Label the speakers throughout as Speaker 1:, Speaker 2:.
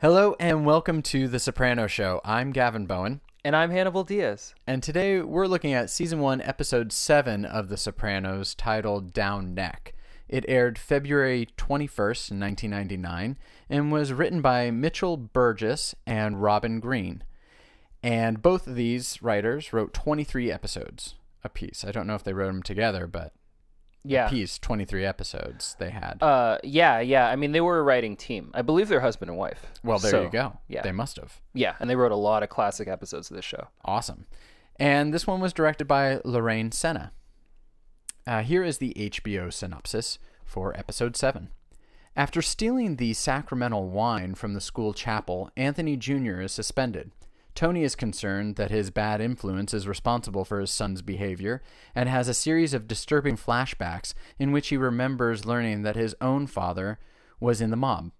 Speaker 1: Hello and welcome to The Soprano Show. I'm Gavin Bowen,
Speaker 2: And I'm Hannibal Diaz.
Speaker 1: and today we're looking at season 1, episode 7 of The Sopranos titled Down Neck. It aired February 21st, 1999, and was written by Mitchell Burgess and Robin Green. And both of these writers wrote 23 episodes apiece. I don't know if they wrote them together, but
Speaker 2: Yeah.
Speaker 1: apiece, 23 episodes they had.
Speaker 2: Uh, yeah, yeah. I mean, they were a writing team. I believe they're husband and wife.
Speaker 1: well, there
Speaker 2: So,
Speaker 1: you go.
Speaker 2: yeah.
Speaker 1: They must have.
Speaker 2: Yeah, and they wrote a lot of classic episodes of this show.
Speaker 1: Awesome. And this one was directed by Lorraine Senna. Uh, here is the HBO synopsis for episode 7. After stealing the sacramental wine from the school chapel, Anthony Jr. is suspended. Tony is concerned that his bad influence is responsible for his son's behavior and has a series of disturbing flashbacks in which he remembers learning that his own father was in the mob.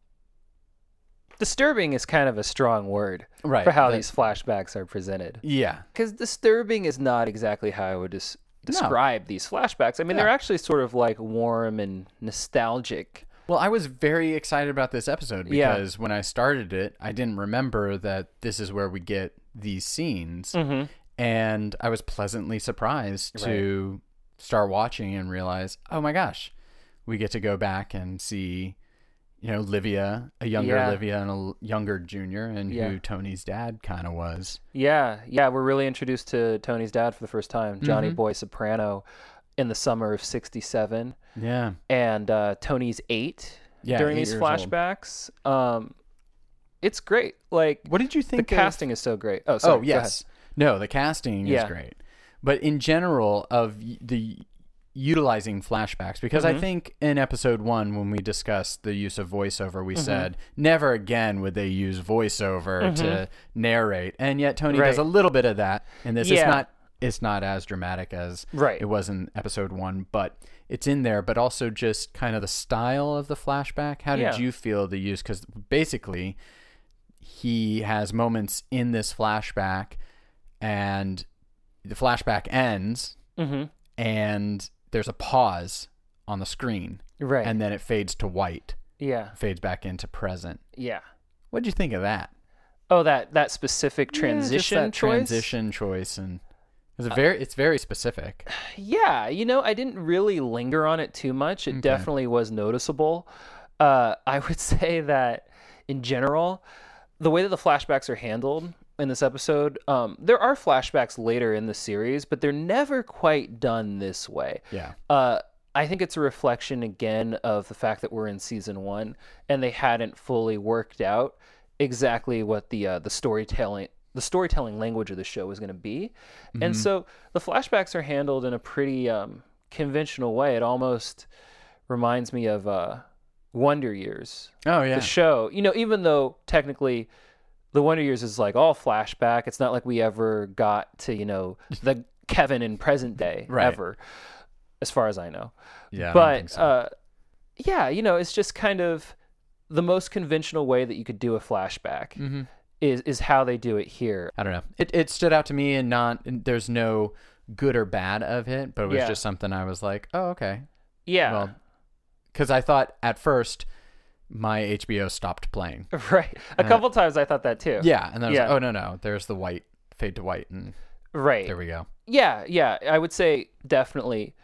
Speaker 2: Disturbing is kind of a strong word
Speaker 1: Right,
Speaker 2: for how
Speaker 1: that-
Speaker 2: these flashbacks are presented.
Speaker 1: Yeah.
Speaker 2: Because disturbing is not exactly how I would des- describe these flashbacks. I mean,
Speaker 1: Yeah.
Speaker 2: they're actually sort of like warm and nostalgic.
Speaker 1: Well, I was very excited about this episode
Speaker 2: Yeah.
Speaker 1: because when I started it, I didn't remember that this is where we get these scenes.
Speaker 2: Mm. Mm-hmm.
Speaker 1: And I was pleasantly surprised to start watching and realize, oh my gosh, we get to go back and see, you know, Livia, a younger
Speaker 2: Yeah.
Speaker 1: Livia and a l- younger Junior, and
Speaker 2: Yeah.
Speaker 1: who Tony's dad kind of was.
Speaker 2: Yeah, yeah. We're really introduced to Tony's dad for the first time, Johnny
Speaker 1: Mm-hmm.
Speaker 2: Boy Soprano, in the summer of 67.
Speaker 1: Yeah.
Speaker 2: and uh, Tony's eight
Speaker 1: Yeah,
Speaker 2: during
Speaker 1: eight
Speaker 2: these
Speaker 1: years old.
Speaker 2: flashbacks. Um, it's great. Like
Speaker 1: What did you
Speaker 2: the
Speaker 1: think of-
Speaker 2: casting is so great. Oh, sorry,
Speaker 1: Oh
Speaker 2: go
Speaker 1: yes, no, the casting
Speaker 2: Yeah.
Speaker 1: is great, but in general of y- the utilizing flashbacks because
Speaker 2: Mm-hmm.
Speaker 1: I think in episode one when we discussed the use of voiceover,
Speaker 2: Mm-hmm.
Speaker 1: we said never again would they use voiceover to narrate, and yet Tony does
Speaker 2: Right.
Speaker 1: a little bit of that in this. It's
Speaker 2: Yeah.
Speaker 1: not it's not as dramatic as
Speaker 2: Right.
Speaker 1: it was in episode one, but it's in there. But also just kind of the style of the flashback. How did
Speaker 2: Yeah.
Speaker 1: you feel the use? Because basically he has moments in this flashback and the flashback ends
Speaker 2: Mm-hmm.
Speaker 1: and there's a pause on the screen
Speaker 2: ahead. right.
Speaker 1: and then it fades to white
Speaker 2: yeah,
Speaker 1: fades back into present
Speaker 2: yeah.
Speaker 1: what do you think of that
Speaker 2: Oh, that that specific
Speaker 1: Just
Speaker 2: transition
Speaker 1: that
Speaker 2: choice.
Speaker 1: transition choice and it's a very it's very specific
Speaker 2: Yeah, you know, I didn't really linger on it too much. It definitely was noticeable. Uh, I would say that in general, the way that the flashbacks are handled in this episode, um, there are flashbacks later in the series, but they're never quite done this way.
Speaker 1: yeah
Speaker 2: Uh, I think it's a reflection again of the fact that we're in season one and they hadn't fully worked out exactly what the uh, the storytelling the storytelling language of the show was going to be, and so the flashbacks are handled in a pretty um, conventional way. It almost reminds me of uh, Wonder Years,
Speaker 1: oh yeah
Speaker 2: the show. You know, even though technically the Wonder Years is like all flashback, it's not like we ever got to, you know, the Kevin in present day
Speaker 1: Right.
Speaker 2: ever, as far as I know.
Speaker 1: yeah I don't think
Speaker 2: but
Speaker 1: so.
Speaker 2: uh, yeah, you know, it's just kind of the most conventional way that you could do a flashback
Speaker 1: Mm-hmm.
Speaker 2: is is how they do it here.
Speaker 1: I don't know. It it stood out to me, and not and there's no good or bad of it, but it was
Speaker 2: Yeah.
Speaker 1: just something I was like, oh okay,
Speaker 2: Yeah.
Speaker 1: well, because I thought at first my HBO stopped playing.
Speaker 2: Right. A couple times I thought that too.
Speaker 1: uh, Yeah, and then I was
Speaker 2: Yeah.
Speaker 1: like, oh no no, there's the white fade to white, and
Speaker 2: Right.
Speaker 1: there we go.
Speaker 2: Yeah, yeah. I would say definitely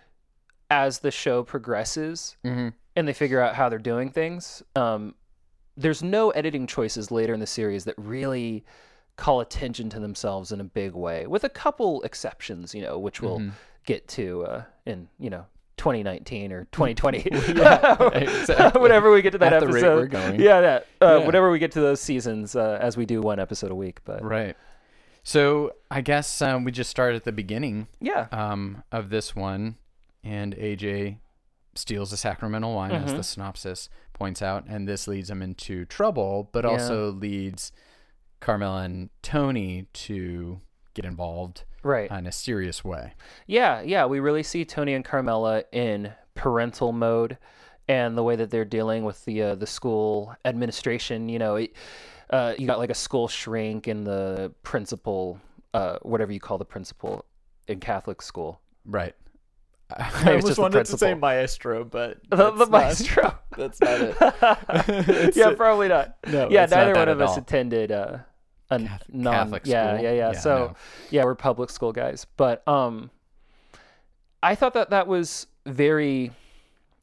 Speaker 2: as the show progresses
Speaker 1: Mm-hmm.
Speaker 2: and they figure out how they're doing things, um, there's no editing choices later in the series that really call attention to themselves in a big way, with a couple exceptions, you know, which
Speaker 1: Mm-hmm.
Speaker 2: we'll get to uh, in, you know, 2019 or 2020,
Speaker 1: exactly.
Speaker 2: whenever we get to that
Speaker 1: At the
Speaker 2: episode.
Speaker 1: rate we're going.
Speaker 2: Yeah, that, uh,
Speaker 1: Yeah.
Speaker 2: whenever we get to those seasons, uh, as we do one episode a week. But
Speaker 1: Right. So I guess um, we just start at the beginning
Speaker 2: yeah,
Speaker 1: um, of this one, and AJ steals the sacramental wine, as
Speaker 3: Mm-hmm.
Speaker 1: the synopsis points out, and this leads him into trouble, but also leads Carmela and Tony to get involved
Speaker 2: right.
Speaker 1: in a serious way.
Speaker 2: Yeah, yeah, we really see Tony and Carmela in parental mode, and the way that they're dealing with the uh, the school administration. You know, it, uh, you got like a school shrink and the principal, uh, whatever you call the principal in Catholic school.
Speaker 1: Right. I
Speaker 2: Maybe
Speaker 3: I
Speaker 2: it's
Speaker 3: almost
Speaker 2: just the
Speaker 3: wanted to say
Speaker 2: principle.
Speaker 3: maestro, but
Speaker 2: The,
Speaker 3: that's
Speaker 2: the
Speaker 3: not-
Speaker 2: maestro.
Speaker 3: That's not it. It's
Speaker 2: yeah,
Speaker 3: a-
Speaker 2: probably not.
Speaker 3: No,
Speaker 2: yeah,
Speaker 1: Oh, it's not
Speaker 2: neither
Speaker 1: that
Speaker 2: one of
Speaker 1: at
Speaker 2: us
Speaker 1: all.
Speaker 2: attended uh, a
Speaker 1: Cath-
Speaker 2: non
Speaker 1: Catholic
Speaker 2: yeah,
Speaker 1: school?
Speaker 2: Yeah, yeah,
Speaker 1: Yeah,
Speaker 2: So
Speaker 1: no.
Speaker 2: yeah, we're public school guys, but um, I thought that that was very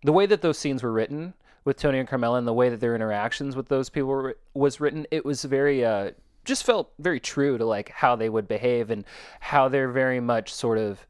Speaker 2: the way that those scenes were written with Tony and Carmela and the way that their interactions with those people were, was written. It was very uh, just felt very true to like how they would behave and how they're very much sort of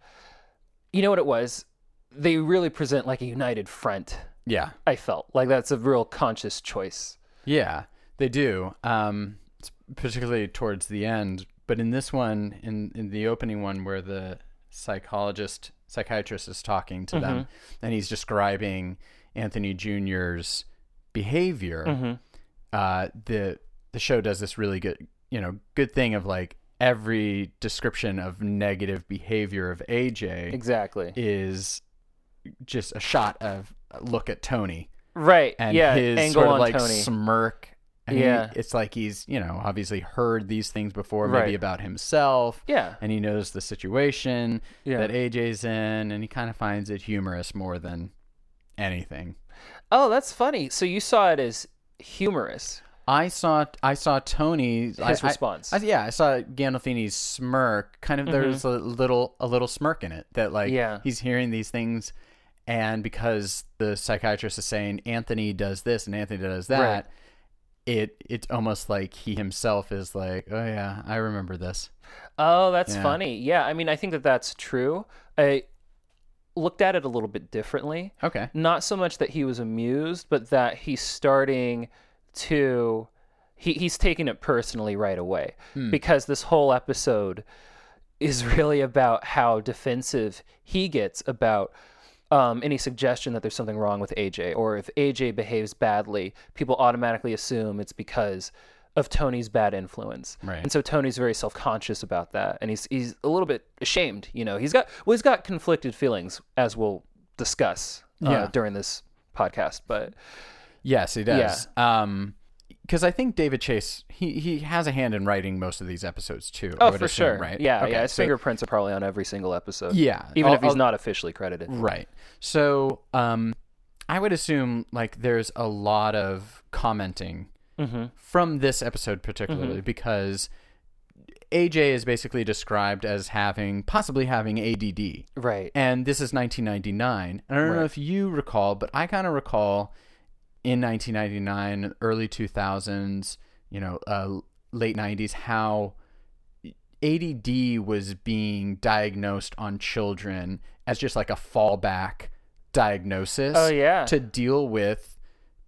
Speaker 2: you know what it was. They really present like a united front.
Speaker 1: yeah,
Speaker 2: I felt like that's a real conscious choice.
Speaker 1: yeah, they do. Um, it's particularly towards the end, but in this one, in in the opening one, where the psychologist psychiatrist is talking to them, and he's describing Anthony Junior's behavior.
Speaker 2: Mm-hmm.
Speaker 1: uh, the the show does this really good you know good thing of like every description of negative behavior of AJ
Speaker 2: Exactly.
Speaker 1: is just a shot of a look at Tony
Speaker 2: Right.
Speaker 1: and
Speaker 2: yeah.
Speaker 1: his
Speaker 2: angle
Speaker 1: sort of
Speaker 2: on
Speaker 1: like
Speaker 2: Tony.
Speaker 1: smirk. And he-
Speaker 2: Yeah.
Speaker 1: it's like he's you know obviously heard these things before,
Speaker 2: Right.
Speaker 1: maybe about himself.
Speaker 2: yeah.
Speaker 1: And he knows the situation
Speaker 2: Yeah.
Speaker 1: that AJ's in, and he kind of finds it humorous more than anything.
Speaker 2: Oh, that's funny. So you saw it as humorous.
Speaker 1: I saw I saw Tony his
Speaker 2: response.
Speaker 1: I, yeah, I saw Gandolfini's smirk. Kind of there's a little a little smirk in it that like
Speaker 2: Mm-hmm. Yeah.
Speaker 1: he's hearing these things, and because the psychiatrist is saying Anthony does this and Anthony does that,
Speaker 2: Right.
Speaker 1: it it's almost like he himself is like, oh yeah, I remember this.
Speaker 2: Oh, that's
Speaker 1: Yeah.
Speaker 2: funny. Yeah. I mean, I think that that's true. I looked at it a little bit differently.
Speaker 1: Okay,
Speaker 2: Not so much that he was amused, but that he's starting to he, he's taking it personally right away
Speaker 1: Hmm.
Speaker 2: because this whole episode is really about how defensive he gets about um, any suggestion that there's something wrong with AJ, or if AJ behaves badly, people automatically assume it's because of Tony's bad influence.
Speaker 1: Right.
Speaker 2: And so Tony's very self-conscious about that, and he's he's a little bit ashamed. You know, he's got well, he's got conflicted feelings, as we'll discuss uh,
Speaker 1: Yeah.
Speaker 2: during this podcast. But
Speaker 1: yes, he does. Um, because I think David Chase he he has a hand in writing most of these episodes too. I
Speaker 2: oh,
Speaker 1: would
Speaker 2: for
Speaker 1: assume,
Speaker 2: sure,
Speaker 1: right?
Speaker 2: Yeah,
Speaker 1: Okay,
Speaker 2: yeah. His
Speaker 1: so-
Speaker 2: fingerprints are probably on every single episode.
Speaker 1: Yeah,
Speaker 2: even
Speaker 1: I'll-
Speaker 2: if he's
Speaker 1: I'll-
Speaker 2: not officially credited.
Speaker 1: Right. So, um, I would assume like there's a lot of commenting from this episode particularly because AJ is basically described as having possibly having ADD,
Speaker 2: Right.
Speaker 1: and this is 1999. And I don't know
Speaker 2: Right.
Speaker 1: if you recall, but I kind of recall in 1999, early 2000s, you know, uh, late 90s, how ADD was being diagnosed on children as just like a fallback diagnosis
Speaker 2: Oh, yeah.
Speaker 1: to deal with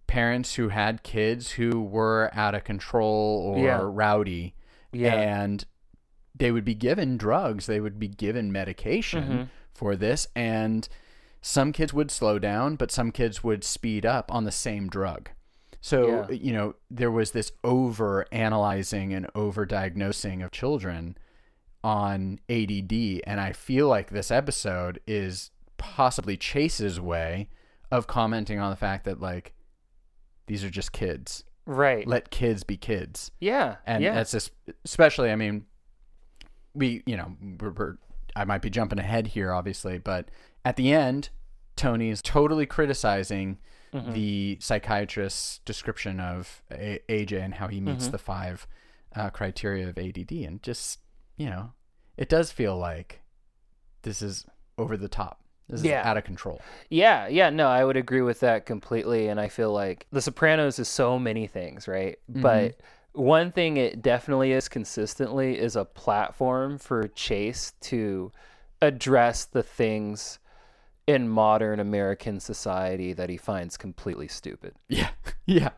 Speaker 1: parents who had kids who were out of control or
Speaker 2: Yeah.
Speaker 1: rowdy
Speaker 2: Yeah.
Speaker 1: and they would be given drugs they would be given medication
Speaker 2: Mm-hmm.
Speaker 1: for this and some kids would slow down but some kids would speed up on the same drug so
Speaker 2: Yeah.
Speaker 1: you know there was this over analyzing and over diagnosing of children on ADD and I feel like this episode is possibly Chase's way of commenting on the fact that like these are just kids
Speaker 2: Right.
Speaker 1: let kids be kids
Speaker 2: yeah.
Speaker 1: and
Speaker 2: yeah.
Speaker 1: that's just especially i mean we you know we're, we're i might be jumping ahead here obviously but at the end tony is totally criticizing
Speaker 2: Mm-hmm.
Speaker 1: the psychiatrist's description of a- aj and how he meets
Speaker 2: Mm-hmm.
Speaker 1: the five uh, criteria of add and just you know it does feel like this is over the top this
Speaker 2: Yeah.
Speaker 1: is out of control
Speaker 2: Yeah, yeah, no, I would agree with that completely. And I feel like The Sopranos is so many things, right? But one thing it definitely is consistently is a platform for Chase to address the things in modern American society that he finds completely stupid.
Speaker 1: Yeah, yeah,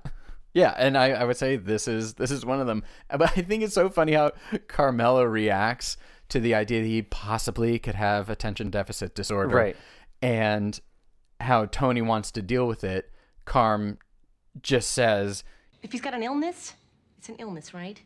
Speaker 1: yeah. And I, I would say this is this is one of them. But I think it's so funny how Carmelo reacts to the idea that he possibly could have attention deficit disorder,
Speaker 2: Right.
Speaker 1: And how Tony wants to deal with it. Carm just says,
Speaker 4: If he's got an illness, it's an illness, right?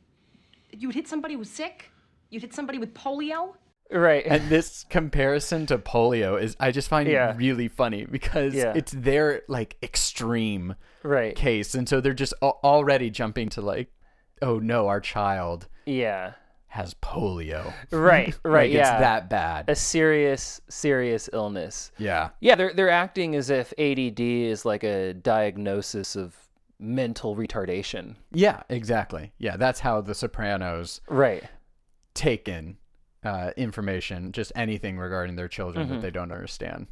Speaker 4: You would hit somebody who's sick. You'd hit somebody with polio.
Speaker 2: Right.
Speaker 1: and this comparison to polio is I just find
Speaker 2: Yeah.
Speaker 1: really funny because
Speaker 2: Yeah.
Speaker 1: it's their like extreme
Speaker 2: right.
Speaker 1: case, and so they're just al- already jumping to like, oh no, our child
Speaker 2: Yeah.
Speaker 1: has polio.
Speaker 2: Right, right,
Speaker 1: Like,
Speaker 2: yeah.
Speaker 1: It's that bad.
Speaker 2: a serious, serious illness.
Speaker 1: Yeah.
Speaker 2: Yeah, they're they're acting as if ADD is like a diagnosis of mental retardation.
Speaker 1: Yeah, exactly. Yeah, that's how the Sopranos
Speaker 2: Right.
Speaker 1: take in uh, information, just anything regarding their children
Speaker 2: Mm-hmm.
Speaker 1: that they don't understand.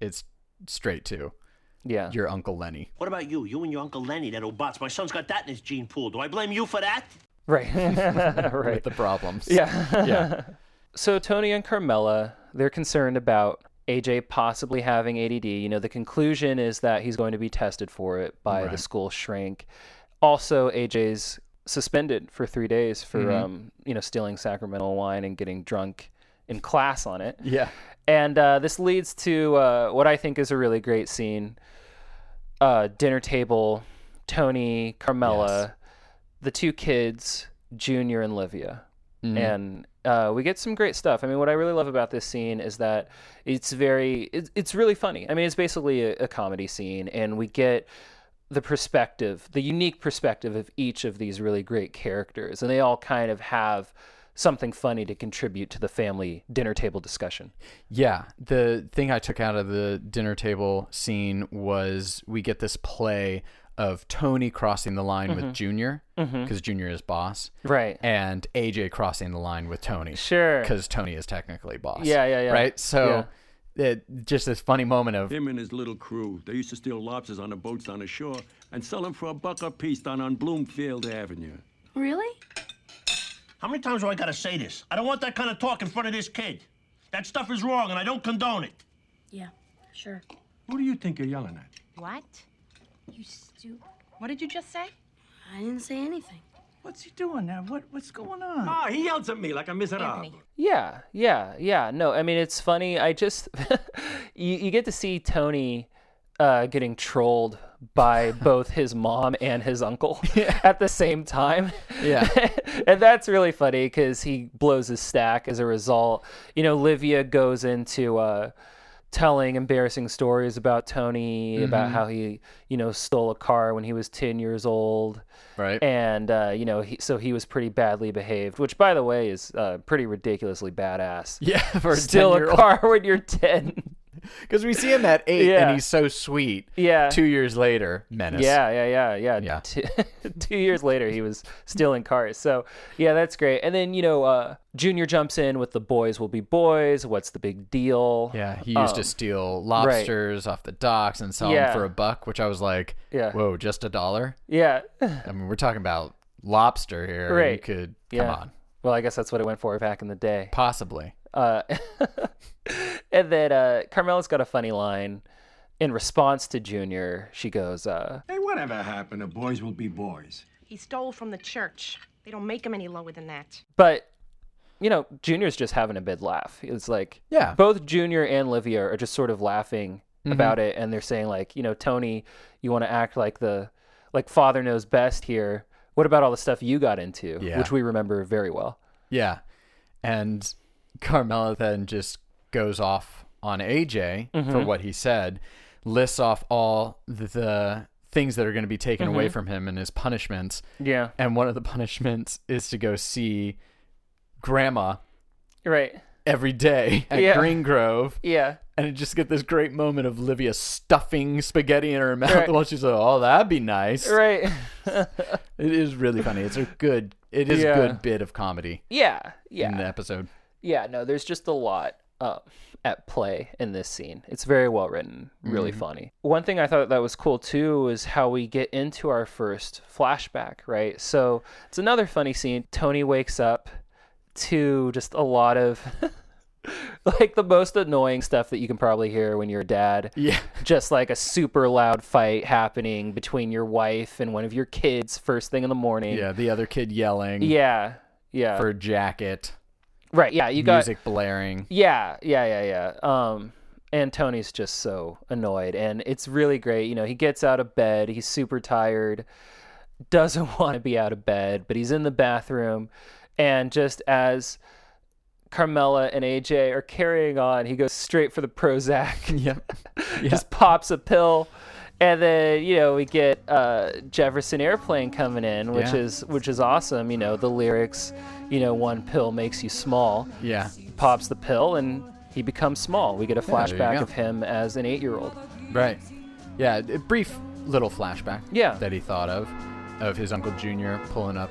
Speaker 1: It's straight to
Speaker 2: Yeah.
Speaker 1: your Uncle Lenny.
Speaker 5: What about you? You and your Uncle Lenny, that old bots. My son's got that in his gene pool. Do I blame you for that?
Speaker 2: right. right.
Speaker 1: with the problems.
Speaker 2: yeah.
Speaker 1: Yeah.
Speaker 2: So Tony and Carmela, they're concerned about AJ possibly having ADD. You know, the conclusion is that he's going to be tested for it by the school shrink. Also, AJ's suspended for three days for
Speaker 1: Mm-hmm.
Speaker 2: um, you know stealing sacramental wine and getting drunk in class on it.
Speaker 1: Yeah.
Speaker 2: And uh, this leads to uh, what I think is a really great scene uh, dinner table, Tony, Carmela, the two kids, Junior and Livia. And uh, we get some great stuff. I mean, what I really love about this scene is that it's very, it's, it's really funny. I mean, it's basically a, a comedy scene, and we get the perspective, the unique perspective of each of these really great characters. And they all kind of have something funny to contribute to the family dinner table discussion.
Speaker 1: Yeah. The thing I took out of the dinner table scene was we get this play of Tony crossing the line with Junior because Junior is boss,
Speaker 2: Mm-hmm. Right.
Speaker 1: and AJ crossing the line with Tony.
Speaker 2: Sure.
Speaker 1: Because Tony is technically boss.
Speaker 2: Yeah, yeah, yeah.
Speaker 1: Right? So it, just this funny moment of,
Speaker 6: Him and his little crew. They used to steal lobsters on the boats on the shore and sell them for a buck apiece down on Bloomfield Avenue.
Speaker 4: Really?
Speaker 5: How many times do I gotta say this? I don't want that kind of talk in front of this kid. That stuff is wrong, and I don't condone it.
Speaker 7: Yeah, sure.
Speaker 6: Who do you think you're yelling at?
Speaker 4: What?
Speaker 7: You stu-
Speaker 4: What did you just say?
Speaker 7: I didn't say anything.
Speaker 3: What's he doing now? What what's going on?
Speaker 6: Ah, he yells at me like a miserable.
Speaker 4: Anthony.
Speaker 2: Yeah, yeah, yeah. No, I mean it's funny. I just you, you get to see Tony uh, getting trolled by both his mom and his uncle at the same time.
Speaker 1: yeah.
Speaker 2: and that's really funny because he blows his stack as a result. You know, Livia goes into uh, telling embarrassing stories about Tony, about
Speaker 1: Mm-hmm.
Speaker 2: how he, you know, stole a car when he was 10 years old.
Speaker 1: Right.
Speaker 2: And, uh, you know, he, so he was pretty badly behaved, which, by the way, is uh, pretty ridiculously badass.
Speaker 1: yeah. For a
Speaker 2: Steal a
Speaker 1: 10-year-old.
Speaker 2: car when you're 10.
Speaker 1: Because we see him at eight
Speaker 2: Yeah.
Speaker 1: and he's so sweet.
Speaker 2: Yeah.
Speaker 1: Two years later, menace.
Speaker 2: Yeah, yeah, yeah, yeah.
Speaker 1: Yeah.
Speaker 2: Two, two years later, he was stealing cars. So yeah, that's great. And then you know, uh, Junior jumps in with the boys will be boys. What's the big deal?
Speaker 1: Yeah. He used to steal lobsters off the docks and sell
Speaker 2: Oh. Yeah.
Speaker 1: them for a buck, which I was like,
Speaker 2: Yeah.
Speaker 1: whoa, just a dollar?
Speaker 2: yeah.
Speaker 1: I mean, we're talking about lobster here. You
Speaker 2: Right.
Speaker 1: could,
Speaker 2: Yeah.
Speaker 1: come on,
Speaker 2: Well, I guess that's what it went for back in the day.
Speaker 1: possibly.
Speaker 2: Uh, and then uh, Carmela's got a funny line in response to Junior. She goes, uh,
Speaker 6: Hey, whatever happened to boys will be boys?
Speaker 4: He stole from the church. They don't make him any lower than that.
Speaker 2: but you know, Junior's just having a big laugh. It's like
Speaker 1: Yeah. Mm-hmm.
Speaker 2: both Junior and Livia are just sort of laughing about it, and they're saying like, you know, Tony, you want to act like the like father knows best here. What about all the stuff you got into,
Speaker 1: Yeah.
Speaker 2: which we remember very well?
Speaker 1: Yeah. And Carmela then just goes off on AJ for
Speaker 2: Mm-hmm.
Speaker 1: what he said, lists off all the, the things that are going to be taken away from him and his punishments.
Speaker 2: Mm-hmm. Yeah,
Speaker 1: And one of the punishments is to go see grandma
Speaker 2: right.
Speaker 1: every day at
Speaker 2: Yeah.
Speaker 1: Green Grove.
Speaker 2: Yeah,
Speaker 1: And you just get this great moment of Livia stuffing spaghetti in her mouth
Speaker 2: Right.
Speaker 1: while she's like, oh, that'd be nice.
Speaker 2: right.
Speaker 1: It is really funny. It's a good, it is
Speaker 2: Yeah.
Speaker 1: a good bit of comedy
Speaker 2: yeah,
Speaker 1: in
Speaker 2: yeah,
Speaker 1: the episode.
Speaker 2: yeah. No, there's just a lot uh, at play in this scene. It's very well written, really
Speaker 1: Mm-hmm.
Speaker 2: funny. One thing I thought that was cool too was how we get into our first flashback. Right, so it's another funny scene. Tony wakes up to just a lot of like the most annoying stuff that you can probably hear when you're a dad.
Speaker 1: Yeah.
Speaker 2: Just like a super loud fight happening between your wife and one of your kids first thing in the morning.
Speaker 1: Yeah. The other kid yelling
Speaker 2: Yeah. Yeah.
Speaker 1: for jacket,
Speaker 2: right. Yeah. You got.
Speaker 1: music blaring.
Speaker 2: Yeah. Yeah. Yeah. Yeah. Um, and Tony's just so annoyed. And it's really great. You know, he gets out of bed. He's super tired, doesn't want to be out of bed, but he's in the bathroom. And just as Carmela and AJ are carrying on, he goes straight for the Prozac.
Speaker 1: Yep.
Speaker 2: just pops a pill and then you know we get uh, Jefferson Airplane coming in, which
Speaker 1: Yeah.
Speaker 2: is which is awesome. You know the lyrics, you know one pill makes you small.
Speaker 1: Yeah.
Speaker 2: Pops the pill and he becomes small. We get a
Speaker 1: there you
Speaker 2: flashback
Speaker 1: go.
Speaker 2: of him as an eight-year-old.
Speaker 1: Right. Yeah, a brief little flashback.
Speaker 2: Yeah.
Speaker 1: That he thought of, of his uncle Junior pulling up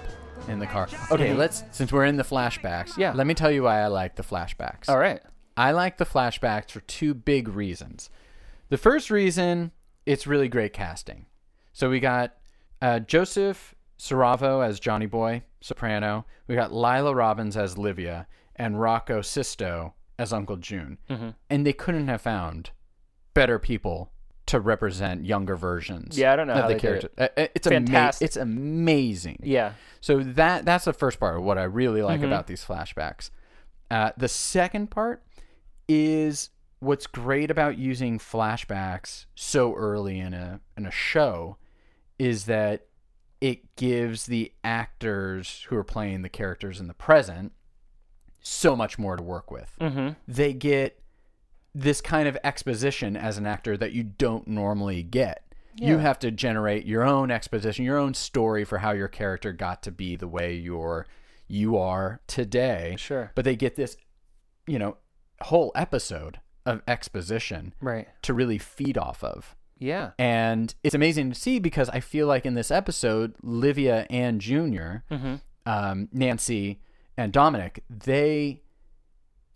Speaker 1: in the car. Okay, let's since we're in the flashbacks.
Speaker 2: Mm-hmm. Yeah.
Speaker 1: Let me tell you why I like the flashbacks.
Speaker 2: All right.
Speaker 1: I like the flashbacks for two big reasons. The first reason, it's really great casting. So we got uh, Joseph Saravo as Johnny Boy Soprano. We got Lila Robbins as Livia and Rocco Sisto as Uncle June.
Speaker 2: Mm-hmm.
Speaker 1: And they couldn't have found better people to represent younger versions.
Speaker 2: Yeah, I don't know
Speaker 1: of
Speaker 2: how
Speaker 1: the
Speaker 2: they did
Speaker 1: character. Uh, uh, it's
Speaker 2: Fantastic.
Speaker 1: fantastic. it's amazing.
Speaker 2: Yeah. Mm-hmm.
Speaker 1: So that that's the first part of what I really like about these flashbacks. Uh, the second part is what's great about using flashbacks so early in a in a show is that it gives the actors who are playing the characters in the present so much more to work with. They get this kind of exposition as an actor that you don't normally get. You have to generate your own exposition, your own story for how your character got to be the way you're you are today.
Speaker 2: Sure.
Speaker 1: But they get this, you know, whole episode of exposition
Speaker 2: Right.
Speaker 1: to really feed off of.
Speaker 2: Yeah.
Speaker 1: And it's amazing to see because I feel like in this episode, Livia and Junior,
Speaker 2: Mm-hmm.
Speaker 1: um, Nancy and Dominic, they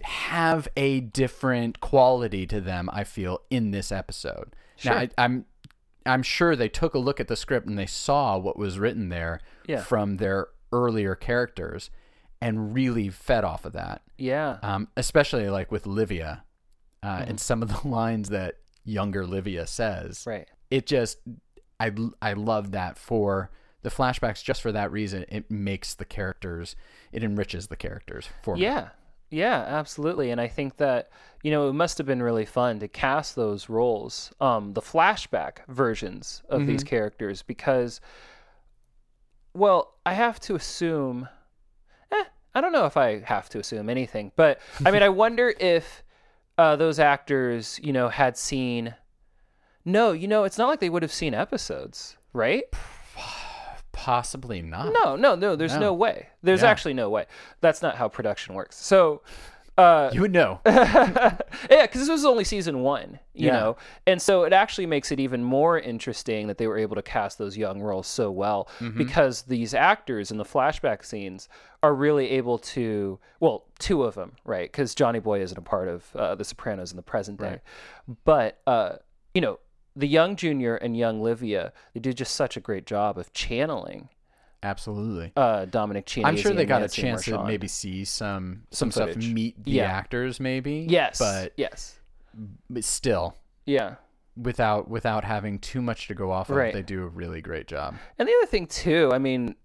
Speaker 1: have a different quality to them. I feel in this episode. Now,
Speaker 2: Sure.
Speaker 1: I, I'm I'm sure they took a look at the script and they saw what was written there
Speaker 2: Yeah.
Speaker 1: from their earlier characters, and really fed off of that
Speaker 2: Yeah.
Speaker 1: um, especially like with Livia uh,
Speaker 2: Mm-hmm.
Speaker 1: and some of the lines that younger Livia says.
Speaker 2: Right.
Speaker 1: It just, I I love that for the flashbacks. Just for that reason, it makes the characters, it enriches the characters for me.
Speaker 2: Yeah. Yeah, absolutely. And I think that, you know, it must have been really fun to cast those roles, um, the flashback versions of these
Speaker 1: Mm-hmm.
Speaker 2: characters, because, well, I have to assume, eh, I don't know if I have to assume anything, but I mean, I wonder if uh, those actors, you know, had seen, no, you know, it's not like they would have seen episodes, right?
Speaker 1: Possibly not.
Speaker 2: No, no, no. There's no,
Speaker 1: No.
Speaker 2: way. There's
Speaker 1: Yeah.
Speaker 2: actually no way. That's not how production works. So, uh,
Speaker 1: You would know.
Speaker 2: yeah, because this was only season one, you
Speaker 1: Yeah.
Speaker 2: know, and so it actually makes it even more interesting that they were able to cast those young roles so well
Speaker 1: Mm-hmm.
Speaker 2: because these actors in the flashback scenes are really able to, well, two of them, right? Because Johnny Boy isn't a part of uh, The Sopranos in the present day, but uh, you know, the young Junior and young Livia, they did just such a great job of channeling
Speaker 1: Absolutely.
Speaker 2: uh, Dominic Chianese.
Speaker 1: I'm sure they
Speaker 2: and
Speaker 1: got
Speaker 2: Nancy
Speaker 1: a chance to
Speaker 2: Marchand.
Speaker 1: maybe see some some,
Speaker 2: Some
Speaker 1: stuff,
Speaker 2: footage.
Speaker 1: meet the
Speaker 2: Yeah.
Speaker 1: actors, maybe.
Speaker 2: Yes,
Speaker 1: but,
Speaker 2: yes,
Speaker 1: but still,
Speaker 2: yeah.
Speaker 1: without without having too much to go off of,
Speaker 2: Right.
Speaker 1: they do a really great job.
Speaker 2: And the other thing too, I mean,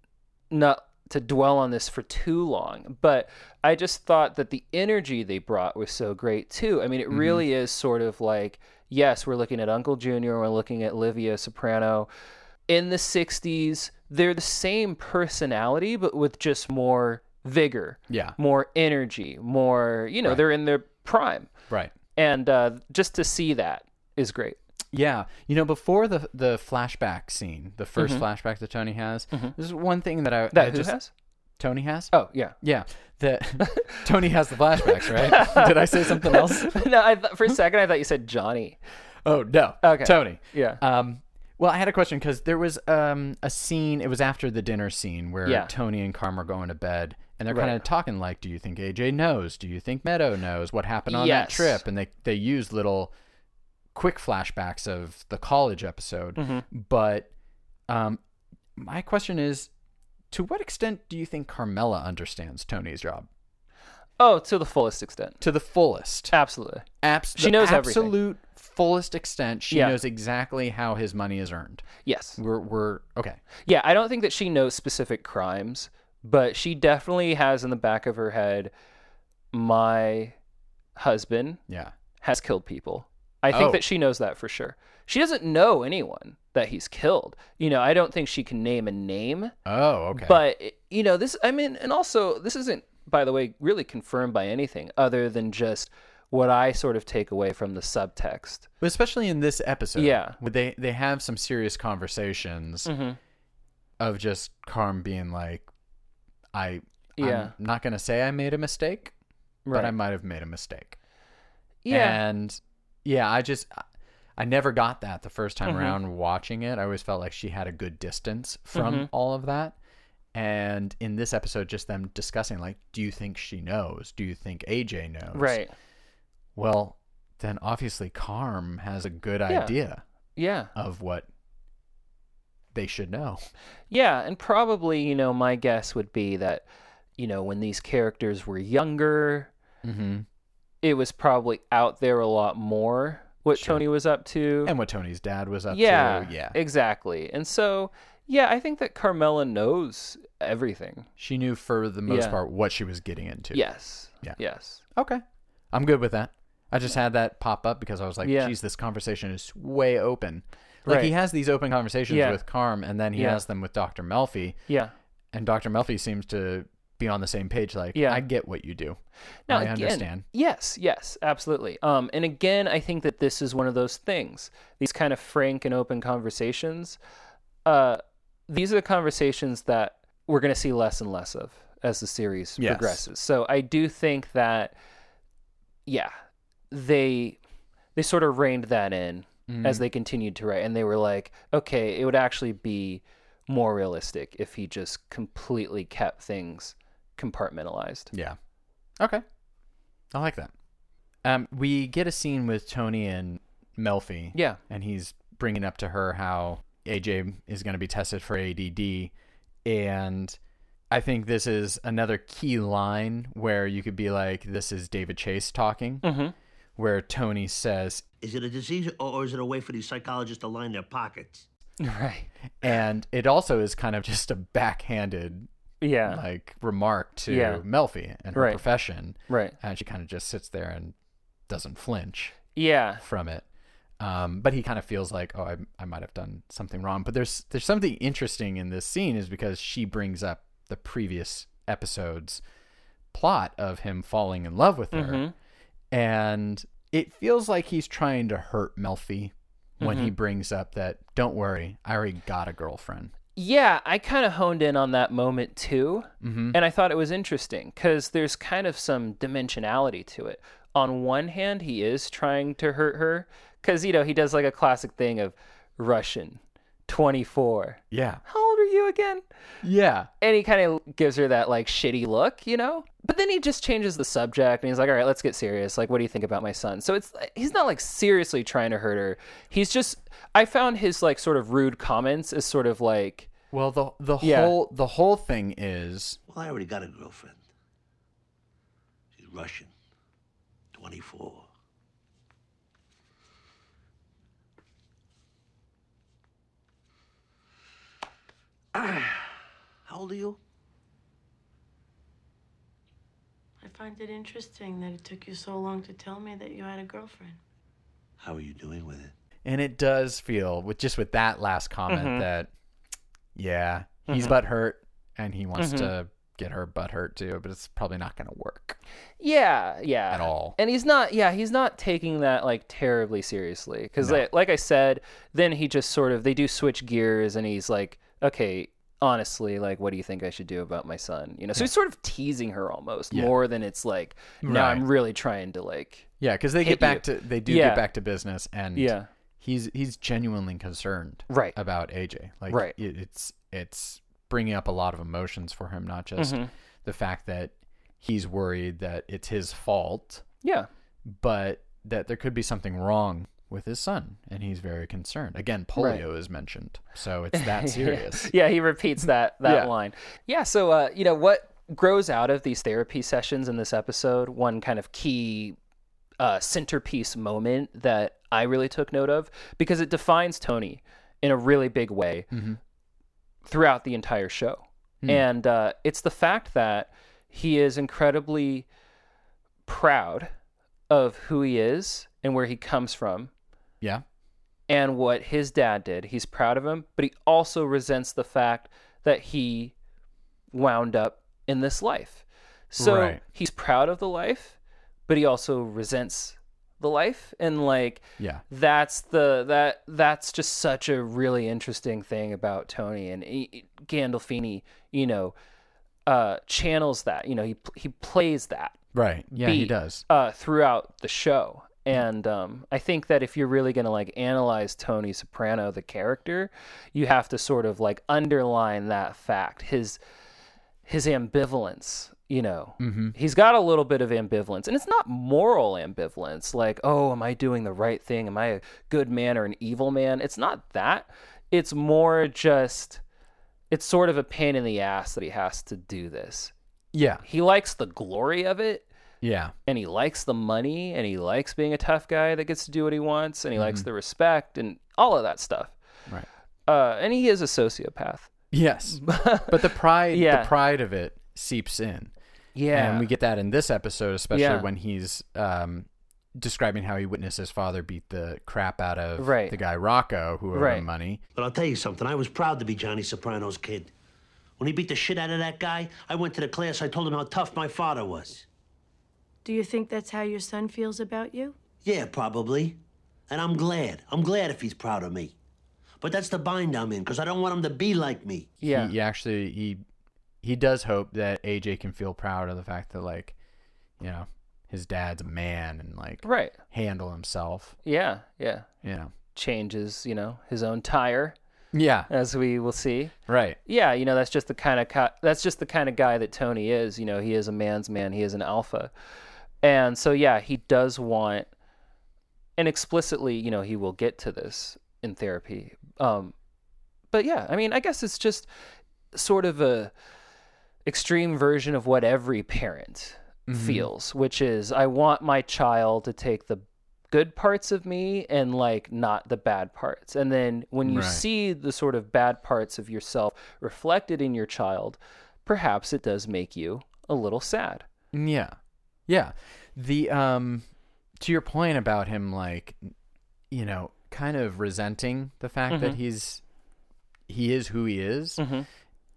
Speaker 2: not to dwell on this for too long, but I just thought that the energy they brought was so great too. I mean,
Speaker 1: Mm-hmm.
Speaker 2: it really is sort of like, yes, we're looking at Uncle Junior, we're looking at Livia Soprano in the 60s. They're the same personality, but with just more vigor,
Speaker 1: Yeah.
Speaker 2: more energy, more, you know, they're in their prime.
Speaker 1: Right.
Speaker 2: And uh, just to see that is great.
Speaker 1: Yeah, you know, before the the flashback scene, the 1st flashback that Tony has, this is one thing that I
Speaker 2: Mm-hmm. That
Speaker 1: I
Speaker 2: who
Speaker 1: just,
Speaker 2: has?
Speaker 1: Tony has.
Speaker 2: Oh, yeah.
Speaker 1: Yeah, that Tony has the flashbacks, right? Did I say something else?
Speaker 2: no, I th- for a second I thought you said Johnny.
Speaker 1: Oh no,
Speaker 2: Okay.
Speaker 1: Tony.
Speaker 2: Yeah.
Speaker 1: Um, well, I had a question because there was um a scene. It was after the dinner scene where
Speaker 2: Yeah.
Speaker 1: Tony and Carm are going to bed, and they're
Speaker 2: Right.
Speaker 1: kind of talking like, "Do you think AJ knows? Do you think Meadow knows what happened on that
Speaker 2: Yes.
Speaker 1: trip?" And they they use little quick flashbacks of the college episode,
Speaker 2: Mm-hmm.
Speaker 1: but um, my question is, to what extent do you think Carmela understands Tony's job
Speaker 2: Oh, to the fullest extent.
Speaker 1: to the fullest?
Speaker 2: Absolutely.
Speaker 1: Abs-
Speaker 2: She
Speaker 1: the
Speaker 2: knows everything.
Speaker 1: absolute fullest extent. She
Speaker 2: Yeah.
Speaker 1: knows exactly how his money is earned.
Speaker 2: Yes.
Speaker 1: We're we're okay.
Speaker 2: Yeah, I don't think that she knows specific crimes, but she definitely has in the back of her head my husband
Speaker 1: Yeah.
Speaker 2: has killed people. I think
Speaker 1: Oh.
Speaker 2: that she knows that for sure. She doesn't know anyone that he's killed. You know, I don't think she can name a name.
Speaker 1: Oh, okay.
Speaker 2: But eh, you know, this I mean, and also this isn't, by the way, really confirmed by anything other than just what I sort of take away from the subtext.
Speaker 1: But especially in this episode,
Speaker 2: Yeah. Mm-hmm.
Speaker 1: where they they have some serious conversations of just Carm being like, "I,
Speaker 2: Yeah.
Speaker 1: I'm not gonna say I made a mistake, but I
Speaker 2: Right.
Speaker 1: might have made a mistake."
Speaker 2: Yeah.
Speaker 1: and yeah, I just I never got that the first
Speaker 2: Mm-hmm.
Speaker 1: time around watching it. I always felt like she had a good distance from
Speaker 2: Mm-hmm.
Speaker 1: all of that. And in this episode, just them discussing like, do you think she knows? Do you think AJ knows?
Speaker 2: right.
Speaker 1: Well, then obviously Carm has a good
Speaker 2: Yeah.
Speaker 1: idea
Speaker 2: Yeah.
Speaker 1: of what they should know.
Speaker 2: Yeah, and probably, you know, my guess would be that, you know, when these characters were younger,
Speaker 1: Mm-hmm.
Speaker 2: it was probably out there a lot more what Tony was up to.
Speaker 1: And what Tony's dad was up
Speaker 2: yeah,
Speaker 1: to. Yeah.
Speaker 2: exactly. And so, yeah, I think that Carmela knows everything.
Speaker 1: she knew for the most
Speaker 2: Yeah.
Speaker 1: part what she was getting into.
Speaker 2: Yes.
Speaker 1: Yeah.
Speaker 2: Yes.
Speaker 1: Okay. I'm good with that. I just had that pop up because I was like,
Speaker 2: Yeah.
Speaker 1: geez, this conversation is way open. Like he
Speaker 2: Right.
Speaker 1: has these open conversations
Speaker 2: Yeah.
Speaker 1: with Carm and then he
Speaker 2: Yeah.
Speaker 1: has them with Dr. Melfi
Speaker 2: Yeah.
Speaker 1: and Dr. Melfi seems to be on the same page like,
Speaker 2: Yeah.
Speaker 1: I get what you do.
Speaker 2: Now,
Speaker 1: I
Speaker 2: again,
Speaker 1: understand.
Speaker 2: Yes, yes, absolutely. Um, and again, I think that this is one of those things. These kind of frank and open conversations. Uh, these are the conversations that we're going to see less and less of as the series
Speaker 1: Yes.
Speaker 2: progresses. So I do think that, yeah, they they sort of reined that in as
Speaker 1: Mm-hmm.
Speaker 2: they continued to write, and they were like, okay, it would actually be more realistic if he just completely kept things compartmentalized.
Speaker 1: Yeah. Okay. I like that. Um, we get a scene with Tony and Melfi.
Speaker 2: Yeah.
Speaker 1: And he's bringing up to her how AJ is going to be tested for ADD. And I think this is another key line where you could be like, this is David Chase talking,
Speaker 2: Mm-hmm.
Speaker 1: where Tony says,
Speaker 5: Is it a disease or is it a way for these psychologists to line their pockets?
Speaker 2: Right.
Speaker 1: and it also is kind of just a backhanded
Speaker 2: Yeah.
Speaker 1: like remark to
Speaker 2: Yeah.
Speaker 1: Melfi and her
Speaker 2: Right.
Speaker 1: profession.
Speaker 2: Right.
Speaker 1: And she kind of just sits there and doesn't flinch.
Speaker 2: Yeah.
Speaker 1: from it. Um, but he kind of feels like, oh, I, I might have done something wrong. But there's there's something interesting in this scene is because she brings up the previous episode's plot of him falling in love with her, Mm-hmm. and it feels like he's trying to hurt Melfi when he brings up that, don't worry, I already got a girlfriend.
Speaker 2: Yeah. I kind of honed in on that moment too. And I thought it was interesting because there's kind of some dimensionality to it. On one hand, he is trying to hurt her because, you know, he does like a classic thing of Russian, 24.
Speaker 1: Yeah,
Speaker 2: How old are you again?
Speaker 1: yeah,
Speaker 2: And he kind of gives her that like shitty look, you know? But then he just changes the subject and he's like, all right, let's get serious. Like, what do you think about my son? So it's, he's not like seriously trying to hurt her. He's just, I found his like sort of rude comments as sort of like,
Speaker 1: Well, the the
Speaker 2: Yeah.
Speaker 1: whole the whole thing is
Speaker 5: Well, I already got a girlfriend. She's Russian, 24. How old are you?
Speaker 8: I find it interesting that it took you so long to tell me that you had a girlfriend.
Speaker 5: How are you doing with it?
Speaker 1: and it does feel with just with that last comment
Speaker 2: Mm-hmm.
Speaker 1: that yeah he's butt hurt and he wants
Speaker 2: Mm-hmm.
Speaker 1: to get her butt hurt too but it's probably not going to work
Speaker 2: yeah, yeah.
Speaker 1: At all.
Speaker 2: And he's not, yeah, he's not taking that like terribly seriously. Cause like, like I said, then he just sort of, they do switch gears and he's like, okay, honestly, like, what do you think I should do about my son? You know? So he's sort of teasing her almost more than it's like, no,
Speaker 1: Right.
Speaker 2: I'm really trying to like,
Speaker 1: yeah because they
Speaker 2: Hit
Speaker 1: get back
Speaker 2: you.
Speaker 1: to they do
Speaker 2: Yeah.
Speaker 1: get back to business and
Speaker 2: Yeah.
Speaker 1: he's he's genuinely concerned
Speaker 2: Right.
Speaker 1: about aj like
Speaker 2: Right.
Speaker 1: it, it's it's bringing up a lot of emotions for him not just
Speaker 2: Mm-hmm.
Speaker 1: the fact that he's worried that it's his fault
Speaker 2: yeah.
Speaker 1: but that there could be something wrong with his son and he's very concerned again polio is mentioned so it's that serious
Speaker 2: yeah, he repeats that that
Speaker 1: Yeah.
Speaker 2: line. Yeah, so uh, you know what grows out of these therapy sessions in this episode, one kind of key uh, centerpiece moment that I really took note of because it defines Tony in a really big way throughout the entire show, and uh, it's the fact that he is incredibly proud of who he is and where he comes from
Speaker 1: yeah
Speaker 2: and what his dad did. He's proud of him, but he also resents the fact that he wound up in this life. So
Speaker 1: Right.
Speaker 2: he's proud of the life, but he also resents the life and like
Speaker 1: Yeah.
Speaker 2: that's the that that's just such a really interesting thing about Tony and he, he- Gandolfini, you know, uh channels that, you know, he he plays that
Speaker 1: Right. Yeah, he
Speaker 2: beat,
Speaker 1: does.
Speaker 2: uh, throughout the show. And um, I think that if you're really going to like analyze Tony Soprano, the character, you have to sort of like underline that fact his his ambivalence. You know,
Speaker 1: Mm-hmm.
Speaker 2: he's got a little bit of ambivalence, and it's not moral ambivalence. Like, oh, am I doing the right thing? Am I a good man or an evil man? It's not that. It's more just. It's sort of a pain in the ass that he has to do this.
Speaker 1: Yeah.
Speaker 2: He likes the glory of it,
Speaker 1: Yeah.
Speaker 2: and he likes the money and he likes being a tough guy that gets to do what he wants and he likes the respect and all of that stuff.
Speaker 1: Right.
Speaker 2: Uh, and he is a sociopath.
Speaker 1: Yes. but the pride
Speaker 2: Yeah.
Speaker 1: the pride of it seeps in.
Speaker 2: Yeah.
Speaker 1: And we get that in this episode, especially
Speaker 2: Yeah.
Speaker 1: when he's um, describing how he witnessed his father beat the crap out of
Speaker 2: Right.
Speaker 1: the guy Rocco who owed
Speaker 2: Right.
Speaker 1: him money.
Speaker 5: But I'll tell you something. I was proud to be Johnny Soprano's kid. When he beat the shit out of that guy, I went to the class. I told him how tough my father was.
Speaker 8: Do you think that's how your son feels about you?
Speaker 5: Yeah, probably. And I'm glad. I'm glad if he's proud of me. But that's the bind I'm in, because I don't want him to be like me.
Speaker 2: yeah.
Speaker 1: He, he actually he he does hope that AJ can feel proud of the fact that like, you know, his dad's a man and like
Speaker 2: Right.
Speaker 1: handle himself.
Speaker 2: Yeah. Yeah.
Speaker 1: You know.
Speaker 2: Changes, you know, his own tire,
Speaker 1: Yeah.
Speaker 2: as we will see.
Speaker 1: Right.
Speaker 2: Yeah, you know that's just the kind of co- that's just the kind of guy that Tony is. You know, he is a man's man. He is an alpha, and so yeah, he does want, and explicitly, you know, he will get to this in therapy. Um, but yeah, I mean, I guess it's just sort of a extreme version of what every parent feels, which is I want my child to take the good parts of me and like not the bad parts. And then when you
Speaker 1: Right.
Speaker 2: see the sort of bad parts of yourself reflected in your child, perhaps it does make you a little sad.
Speaker 1: Yeah. Yeah. The um to your point about him like you know, kind of resenting the fact
Speaker 2: Mm-hmm.
Speaker 1: that he's he is who he is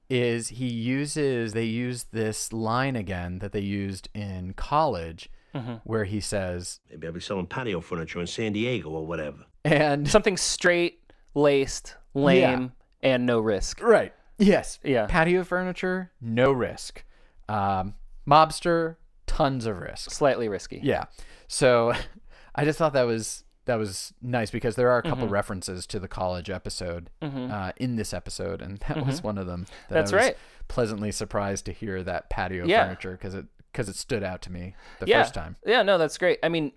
Speaker 1: is he uses they use this line again that they used in college
Speaker 2: Mm-hmm.
Speaker 1: where he says
Speaker 5: Maybe I'll be selling patio furniture in San Diego or whatever.
Speaker 1: and
Speaker 2: Something straight, laced, lame, and no risk.
Speaker 1: right. Yes.
Speaker 2: Yeah.
Speaker 1: Patio furniture, no risk. Um mobster, tons of risks.
Speaker 2: Slightly risky.
Speaker 1: Yeah. So I just thought that was that was nice because there are a
Speaker 2: Mm-hmm.
Speaker 1: couple references to the college episode uh, in this episode, and that was one of them. That I
Speaker 2: Mm-hmm. That's
Speaker 1: was
Speaker 2: right.
Speaker 1: Pleasantly surprised to hear that patio
Speaker 2: Yeah.
Speaker 1: furniture because it because it stood out to me the
Speaker 2: yeah.
Speaker 1: first time.
Speaker 2: Yeah, no, that's great. I mean,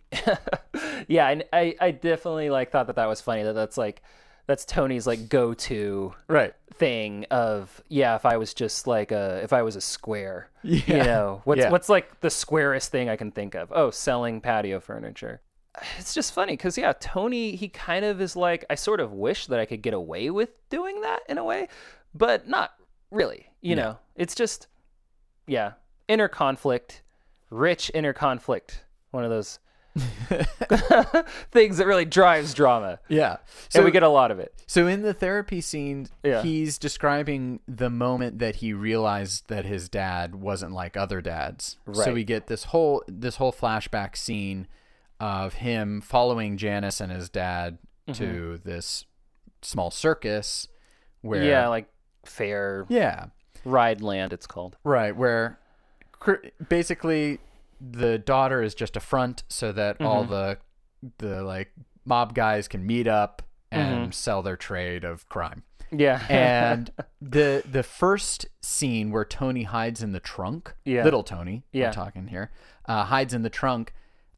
Speaker 2: yeah, I, I, I definitely like thought that that was funny. That that's like, that's Tony's like go to
Speaker 1: Right.
Speaker 2: thing of yeah. If I was just like a, if I was a square, you
Speaker 1: Yeah.
Speaker 2: know, what's
Speaker 1: Yeah.
Speaker 2: what's like the squarest thing I can think of? Oh, selling patio furniture. It's just funny because yeah, Tony he kind of is like I sort of wish that I could get away with doing that in a way, but not really. You know, it's just yeah, inner conflict, rich inner conflict. One of those things that really drives drama.
Speaker 1: Yeah.
Speaker 2: and we get a lot of it.
Speaker 1: So in the therapy scene,
Speaker 2: Yeah.
Speaker 1: he's describing the moment that he realized that his dad wasn't like other dads. So
Speaker 2: Right.
Speaker 1: we get this whole this whole flashback scene of him following Janice and his dad
Speaker 2: Mm-hmm.
Speaker 1: to this small circus where
Speaker 2: Yeah, like fair
Speaker 1: yeah,
Speaker 2: ride land it's called.
Speaker 1: right, where cr- basically the daughter is just a front so that all the
Speaker 2: Mm-hmm.
Speaker 1: the like mob guys can meet up and
Speaker 2: Mm-hmm.
Speaker 1: sell their trade of crime.
Speaker 2: Yeah.
Speaker 1: and the the first scene where Tony hides in the trunk,
Speaker 2: Yeah.
Speaker 1: little Tony,
Speaker 2: Yeah.
Speaker 1: I'm talking here, uh, hides in the trunk.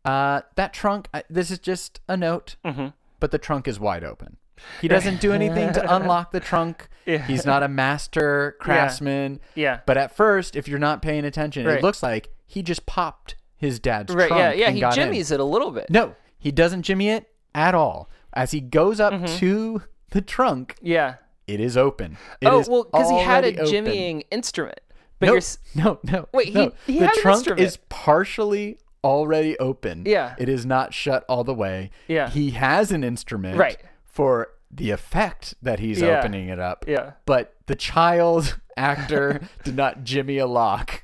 Speaker 1: Uh, that trunk, I, this is just a note,
Speaker 2: Mm-hmm.
Speaker 1: but the trunk is wide open. He doesn't do anything to unlock the trunk. He's not a master craftsman.
Speaker 2: Yeah.
Speaker 1: But at first, if you're not paying attention,
Speaker 2: Right.
Speaker 1: it looks like he just popped his dad's
Speaker 2: right,
Speaker 1: trunk.
Speaker 2: yeah, yeah,
Speaker 1: and
Speaker 2: he
Speaker 1: got in.
Speaker 2: jimmies it a little bit.
Speaker 1: No, he doesn't jimmy it at all. As he goes up
Speaker 2: Mm-hmm.
Speaker 1: to the trunk,
Speaker 2: Yeah.
Speaker 1: it is open. It
Speaker 2: oh,
Speaker 1: is
Speaker 2: well, cuz he had a
Speaker 1: already open.
Speaker 2: jimmying instrument. But
Speaker 1: No,
Speaker 2: you're s-
Speaker 1: no, no.
Speaker 2: Wait, he-
Speaker 1: no.
Speaker 2: he
Speaker 1: the
Speaker 2: had an
Speaker 1: trunk
Speaker 2: instrument.
Speaker 1: is partially already open.
Speaker 2: Yeah.
Speaker 1: it is not shut all the way.
Speaker 2: Yeah.
Speaker 1: he has an instrument.
Speaker 2: Right.
Speaker 1: for the effect that he's
Speaker 2: Yeah.
Speaker 1: opening it up.
Speaker 2: Yeah.
Speaker 1: but the child actor did not jimmy a lock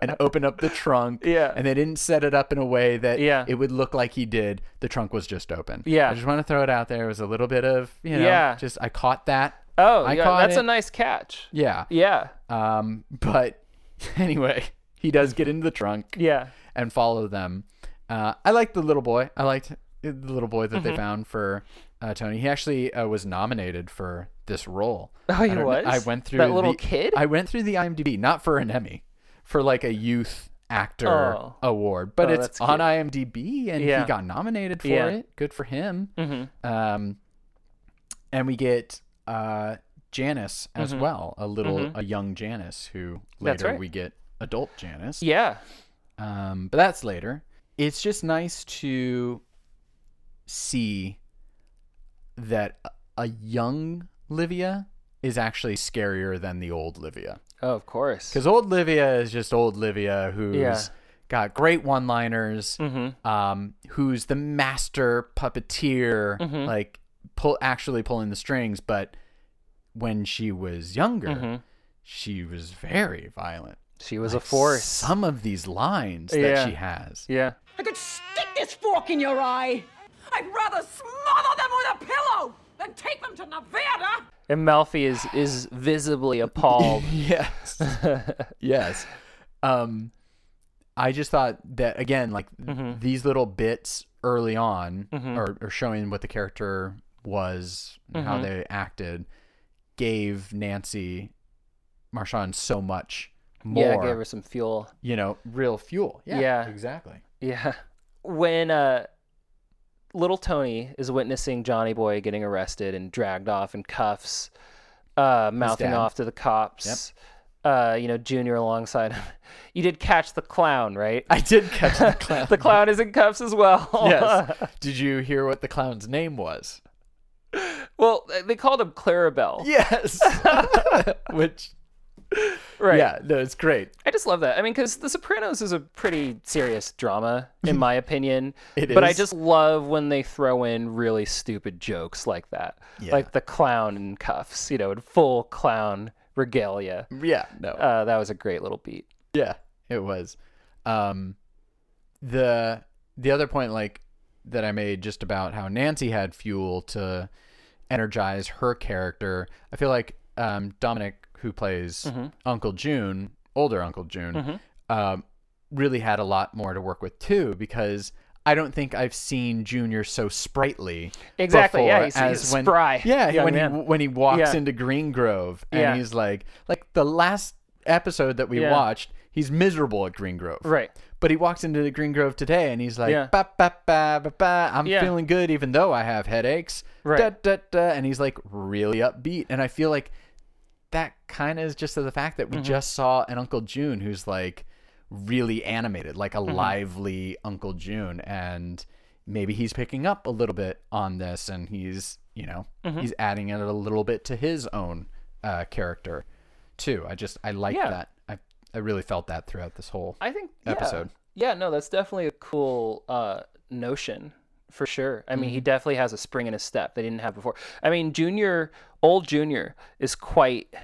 Speaker 1: and open up the trunk.
Speaker 2: Yeah.
Speaker 1: And they didn't set it up in a way that
Speaker 2: Yeah.
Speaker 1: it would look like he did. The trunk was just open.
Speaker 2: Yeah.
Speaker 1: I just want to throw it out there. It was a little bit of, you know,
Speaker 2: Yeah.
Speaker 1: just I caught that.
Speaker 2: Oh,
Speaker 1: I
Speaker 2: yeah,
Speaker 1: caught
Speaker 2: that's
Speaker 1: it.
Speaker 2: a nice catch.
Speaker 1: Yeah.
Speaker 2: Yeah.
Speaker 1: Um, but anyway, he does get into the trunk
Speaker 2: Yeah.
Speaker 1: and follow them. Uh, I liked the little boy. I liked the little boy that
Speaker 2: Mm-hmm.
Speaker 1: they found for uh, Tony. He actually uh, was nominated for this role.
Speaker 2: Oh, he
Speaker 1: I don't know-
Speaker 2: was?
Speaker 1: I went through
Speaker 2: That little
Speaker 1: the-
Speaker 2: kid?
Speaker 1: I went through the IMDb, not for an Emmy, for like a youth actor
Speaker 2: Oh.
Speaker 1: award, but
Speaker 2: Oh,
Speaker 1: it's
Speaker 2: that's
Speaker 1: on
Speaker 2: cute.
Speaker 1: IMDb, and
Speaker 2: Yeah.
Speaker 1: he got nominated for
Speaker 2: Yeah. Mm-hmm.
Speaker 1: it. Good for him. Um, and we get uh, Janice as well, a little, a young Janice who
Speaker 2: Mm-hmm. That's
Speaker 1: later
Speaker 2: right.
Speaker 1: we get adult Janice.
Speaker 2: Yeah.
Speaker 1: Um, but that's later. It's just nice to see that a- a young Livia is actually scarier than the old Livia.
Speaker 2: Oh, of course.
Speaker 1: Because old Livia is just old Livia who's
Speaker 2: Yeah.
Speaker 1: got great one liners,
Speaker 2: Mhm.
Speaker 1: um, who's the master puppeteer,
Speaker 2: Mm-hmm.
Speaker 1: like pull actually pulling the strings. But when she was younger,
Speaker 2: Mm-hmm.
Speaker 1: she was very violent.
Speaker 2: she was a force.
Speaker 1: Some of these lines
Speaker 2: Yeah.
Speaker 1: that she has.
Speaker 2: yeah.
Speaker 4: I could stick this fork in your eye. I'd rather smother them with a pillow than take them to Nevada.
Speaker 2: And Malfi is is visibly appalled.
Speaker 1: Yes. yes. Um I just thought that again, like
Speaker 2: Mm-hmm.
Speaker 1: these little bits early on or, or showing what the character was and
Speaker 2: Mm-hmm.
Speaker 1: how they acted gave Nancy Marchand so much more.
Speaker 2: Yeah, gave her some fuel.
Speaker 1: You know, real fuel. Yeah,
Speaker 2: Yeah.
Speaker 1: Exactly.
Speaker 2: Yeah. When uh little Tony is witnessing Johnny Boy getting arrested and dragged off in cuffs, uh mouthing
Speaker 1: dad.
Speaker 2: off to the cops. Uh, you know, Junior alongside him. You did catch the clown, right?
Speaker 1: I did catch the clown.
Speaker 2: the clown is in cuffs as well.
Speaker 1: yes. Did you hear what the clown's name was?
Speaker 2: well, they called him Clarabelle.
Speaker 1: Yes. Which
Speaker 2: Right.
Speaker 1: yeah, no, it's great.
Speaker 2: I just love that. I mean, because The Sopranos is a pretty serious drama, in my opinion.
Speaker 1: It
Speaker 2: but I
Speaker 1: is.
Speaker 2: just love when they throw in really stupid jokes like that,
Speaker 1: Yeah.
Speaker 2: like the clown in cuffs, you know, in full clown regalia.
Speaker 1: Yeah, no.
Speaker 2: Uh, that was a great little beat.
Speaker 1: Yeah, it was. Um, the the other point, like that I made, just about how Nancy had fuel to energize her character. I feel like um, Dominic, who plays
Speaker 2: Mm-hmm.
Speaker 1: Uncle June, older Uncle June, um, really had a lot more to work with too, because. I don't think I've seen Junior so sprightly.
Speaker 2: Exactly,
Speaker 1: before
Speaker 2: yeah, he's-
Speaker 1: as
Speaker 2: he's
Speaker 1: when,
Speaker 2: spry
Speaker 1: Yeah,
Speaker 2: young
Speaker 1: when he
Speaker 2: man.
Speaker 1: when he walks
Speaker 2: Yeah.
Speaker 1: into Green Grove and
Speaker 2: Yeah.
Speaker 1: he's like, like the last episode that we
Speaker 2: Yeah.
Speaker 1: watched, he's miserable at Green Grove.
Speaker 2: Right.
Speaker 1: But he walks into the Green Grove today and he's like,
Speaker 2: Yeah.
Speaker 1: ba, ba, ba, ba, ba. I'm
Speaker 2: Yeah.
Speaker 1: feeling good even though I have headaches.
Speaker 2: Right.
Speaker 1: Da, da, da. And he's like really upbeat. And I feel like that kind of is just of the fact that we
Speaker 2: Mm-hmm.
Speaker 1: just saw an Uncle June who's like really animated, like a
Speaker 2: Mm-hmm.
Speaker 1: lively Uncle June. And maybe he's picking up a little bit on this and he's, you know,
Speaker 2: Mm-hmm.
Speaker 1: he's adding it a little bit to his own uh, character too. I just, I like
Speaker 2: Yeah.
Speaker 1: that. I, I really felt that throughout this whole
Speaker 2: I think yeah.
Speaker 1: episode.
Speaker 2: Yeah, no, that's definitely a cool uh, notion for sure. I
Speaker 1: Mm-hmm.
Speaker 2: mean, he definitely has a spring in his step they didn't have before. I mean, Junior, old Junior, is quite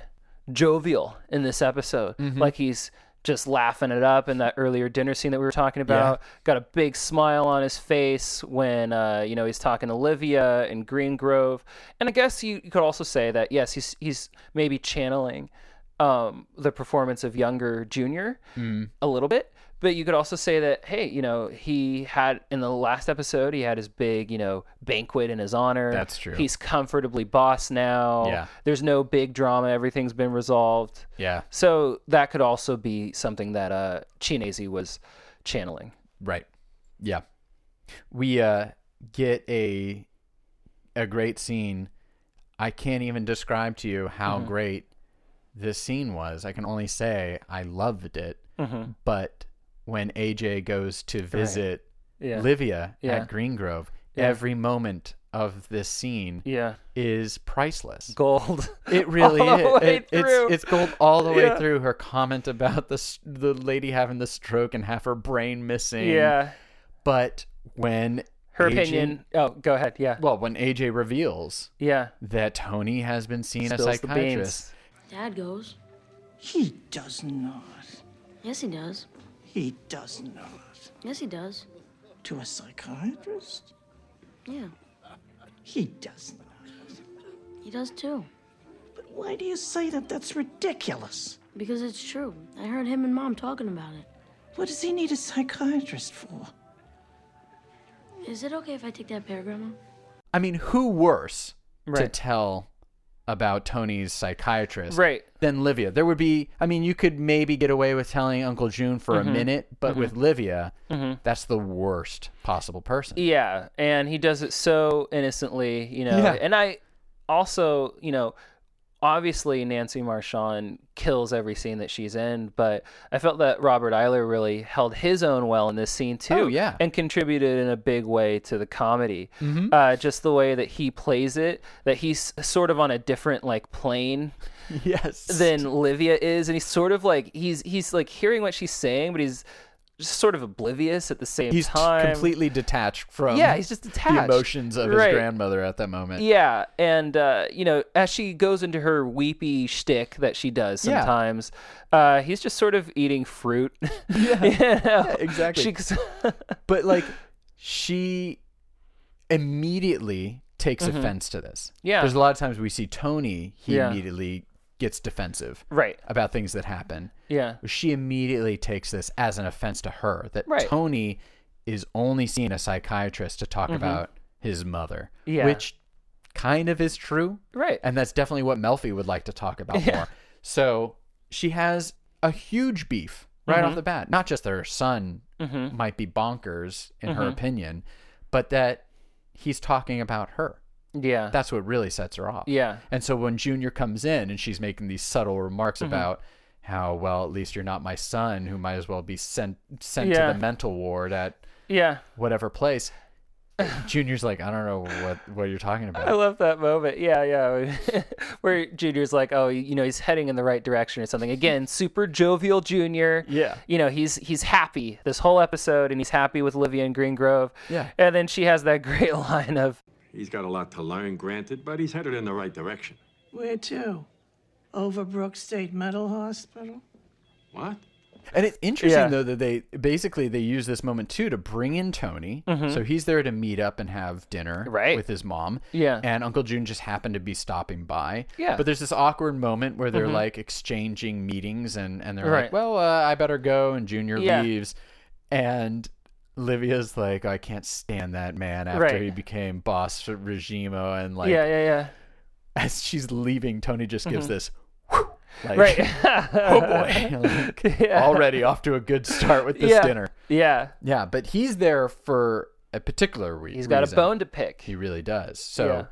Speaker 2: jovial in this episode.
Speaker 1: Mm-hmm.
Speaker 2: Like he's just laughing it up in that earlier dinner scene that we were talking about. Got a big smile on his face when uh, you know he's talking to Olivia in Green Grove. And I guess you, you could also say that yes, he's he's maybe channeling um, the performance of younger Junior
Speaker 1: Mm.
Speaker 2: a little bit. But you could also say that, hey, you know, he had in the last episode, he had his big, you know, banquet in his honor.
Speaker 1: That's true.
Speaker 2: He's comfortably boss now.
Speaker 1: Yeah.
Speaker 2: There's no big drama. Everything's been resolved.
Speaker 1: Yeah.
Speaker 2: So that could also be something that uh, Chinese was channeling.
Speaker 1: Right. Yeah. We uh get a a great scene. I can't even describe to you how
Speaker 2: Mm-hmm.
Speaker 1: great this scene was. I can only say I loved it.
Speaker 2: Mm-hmm.
Speaker 1: But when AJ goes to visit
Speaker 2: Yeah.
Speaker 1: Livia
Speaker 2: Yeah.
Speaker 1: at Greengrove, every moment of this scene
Speaker 2: Yeah.
Speaker 1: is priceless.
Speaker 2: Gold.
Speaker 1: It really
Speaker 2: All
Speaker 1: is.
Speaker 2: the way
Speaker 1: It- it's,
Speaker 2: through.
Speaker 1: it's gold all the way
Speaker 2: Yeah.
Speaker 1: through. Her comment about the s- the lady having the stroke and half her brain missing
Speaker 2: yeah.
Speaker 1: but when
Speaker 2: Her
Speaker 1: AJ
Speaker 2: opinion. Oh, go ahead. Yeah.
Speaker 1: well when aj reveals
Speaker 2: Yeah.
Speaker 1: that tony has been seeing
Speaker 2: Spills
Speaker 1: a
Speaker 2: the
Speaker 1: psychiatrist
Speaker 2: beans.
Speaker 7: Dad goes.
Speaker 3: He does not.
Speaker 7: Yes, he does.
Speaker 3: He does not.
Speaker 7: Yes, he does.
Speaker 3: To a psychiatrist?
Speaker 7: Yeah,
Speaker 3: He does not.
Speaker 7: he does too.
Speaker 3: But why do you say that? That's ridiculous.
Speaker 7: Because it's true. I heard him and Mom talking about it.
Speaker 3: What does he need a psychiatrist for?
Speaker 7: Is it okay if I take that pear, Grandma?
Speaker 1: I mean, who worse to
Speaker 2: Right.
Speaker 1: tell about Tony's psychiatrist
Speaker 2: Right.
Speaker 1: than Livia? There would be, I mean, you could maybe get away with telling Uncle June for
Speaker 2: Mm-hmm.
Speaker 1: a minute, but with Livia, that's the worst possible person.
Speaker 2: Yeah, and he does it so innocently, you know.
Speaker 1: Yeah.
Speaker 2: And I also, you know, obviously Nancy Marchand kills every scene that she's in, but I felt that Robert Eiler really held his own well in this scene too.
Speaker 1: Oh, yeah. Mm-hmm.
Speaker 2: and contributed in a big way to the comedy. Uh, just the way that he plays it, that he's sort of on a different like plane
Speaker 1: Yes.
Speaker 2: than Livia is, and he's sort of like he's he's like hearing what she's saying, but he's just sort of oblivious at the same
Speaker 1: he's t-
Speaker 2: time.
Speaker 1: completely detached from
Speaker 2: Yeah, he's just
Speaker 1: the
Speaker 2: detached.
Speaker 1: emotions of
Speaker 2: Right.
Speaker 1: his grandmother at that moment.
Speaker 2: Yeah, and uh, you know, as she goes into her weepy shtick that she does
Speaker 1: Yeah.
Speaker 2: sometimes, uh, he's just sort of eating fruit. Yeah,
Speaker 1: exactly.
Speaker 2: She's
Speaker 1: But like she immediately takes offense to this.
Speaker 2: Mm-hmm. Yeah.
Speaker 1: There's a lot of times we see Tony, he
Speaker 2: Yeah.
Speaker 1: immediately gets defensive
Speaker 2: right.
Speaker 1: about things that happen.
Speaker 2: Yeah,
Speaker 1: She immediately takes this as an offense to her that
Speaker 2: Right.
Speaker 1: Tony is only seeing a psychiatrist to talk about his mother.
Speaker 2: Mm-hmm. Yeah.
Speaker 1: Which kind of is true.
Speaker 2: right.
Speaker 1: And that's definitely what Melfi would like to talk about more. So she has a huge beef right
Speaker 2: Mm-hmm.
Speaker 1: off the bat. Not just that her son might be bonkers in
Speaker 2: Mm-hmm.
Speaker 1: her opinion, but that he's talking about her.
Speaker 2: yeah,
Speaker 1: That's what really sets her off.
Speaker 2: yeah,
Speaker 1: And so when Junior comes in and she's making these subtle remarks
Speaker 2: Mm-hmm.
Speaker 1: about how well at least you're not my son who might as well be sent sent
Speaker 2: Yeah.
Speaker 1: to the mental ward at
Speaker 2: yeah.
Speaker 1: whatever place. Junior's like, I don't know what what you're talking about.
Speaker 2: I love that moment. Yeah, yeah. Where Junior's like, oh, you know, he's heading in the right direction or something. Again, super jovial Junior.
Speaker 1: Yeah.
Speaker 2: You know, he's he's happy this whole episode, and he's happy with Livia and Greengrove.
Speaker 1: Yeah.
Speaker 2: And then she has that great line of,
Speaker 9: He's got a lot to learn, granted, but he's headed in the right direction.
Speaker 3: Where to? Overbrook State Mental Hospital?
Speaker 9: What?
Speaker 1: And it's interesting
Speaker 2: Yeah.
Speaker 1: though that they basically they use this moment too to bring in Tony. So he's there to meet up and have dinner
Speaker 2: Mm-hmm. Right.
Speaker 1: with his mom.
Speaker 2: Yeah.
Speaker 1: And Uncle June just happened to be stopping by.
Speaker 2: Yeah. Mm-hmm.
Speaker 1: But there's this awkward moment where they're like exchanging meetings and and they're
Speaker 2: Right.
Speaker 1: like, "Well, uh, I better go," and Junior
Speaker 2: Yeah.
Speaker 1: leaves. And Livia's like, "I can't stand that man after
Speaker 2: Right.
Speaker 1: he became boss for Regimo." And like
Speaker 2: yeah, yeah, yeah.
Speaker 1: as she's leaving, Tony just gives this whew, like,
Speaker 2: Right.
Speaker 1: oh boy. Like,
Speaker 2: Yeah.
Speaker 1: Already off to a good start with this
Speaker 2: yeah.
Speaker 1: dinner.
Speaker 2: Yeah.
Speaker 1: Yeah, but he's there for a particular re- reason.
Speaker 2: He's got a bone to pick.
Speaker 1: He really does. So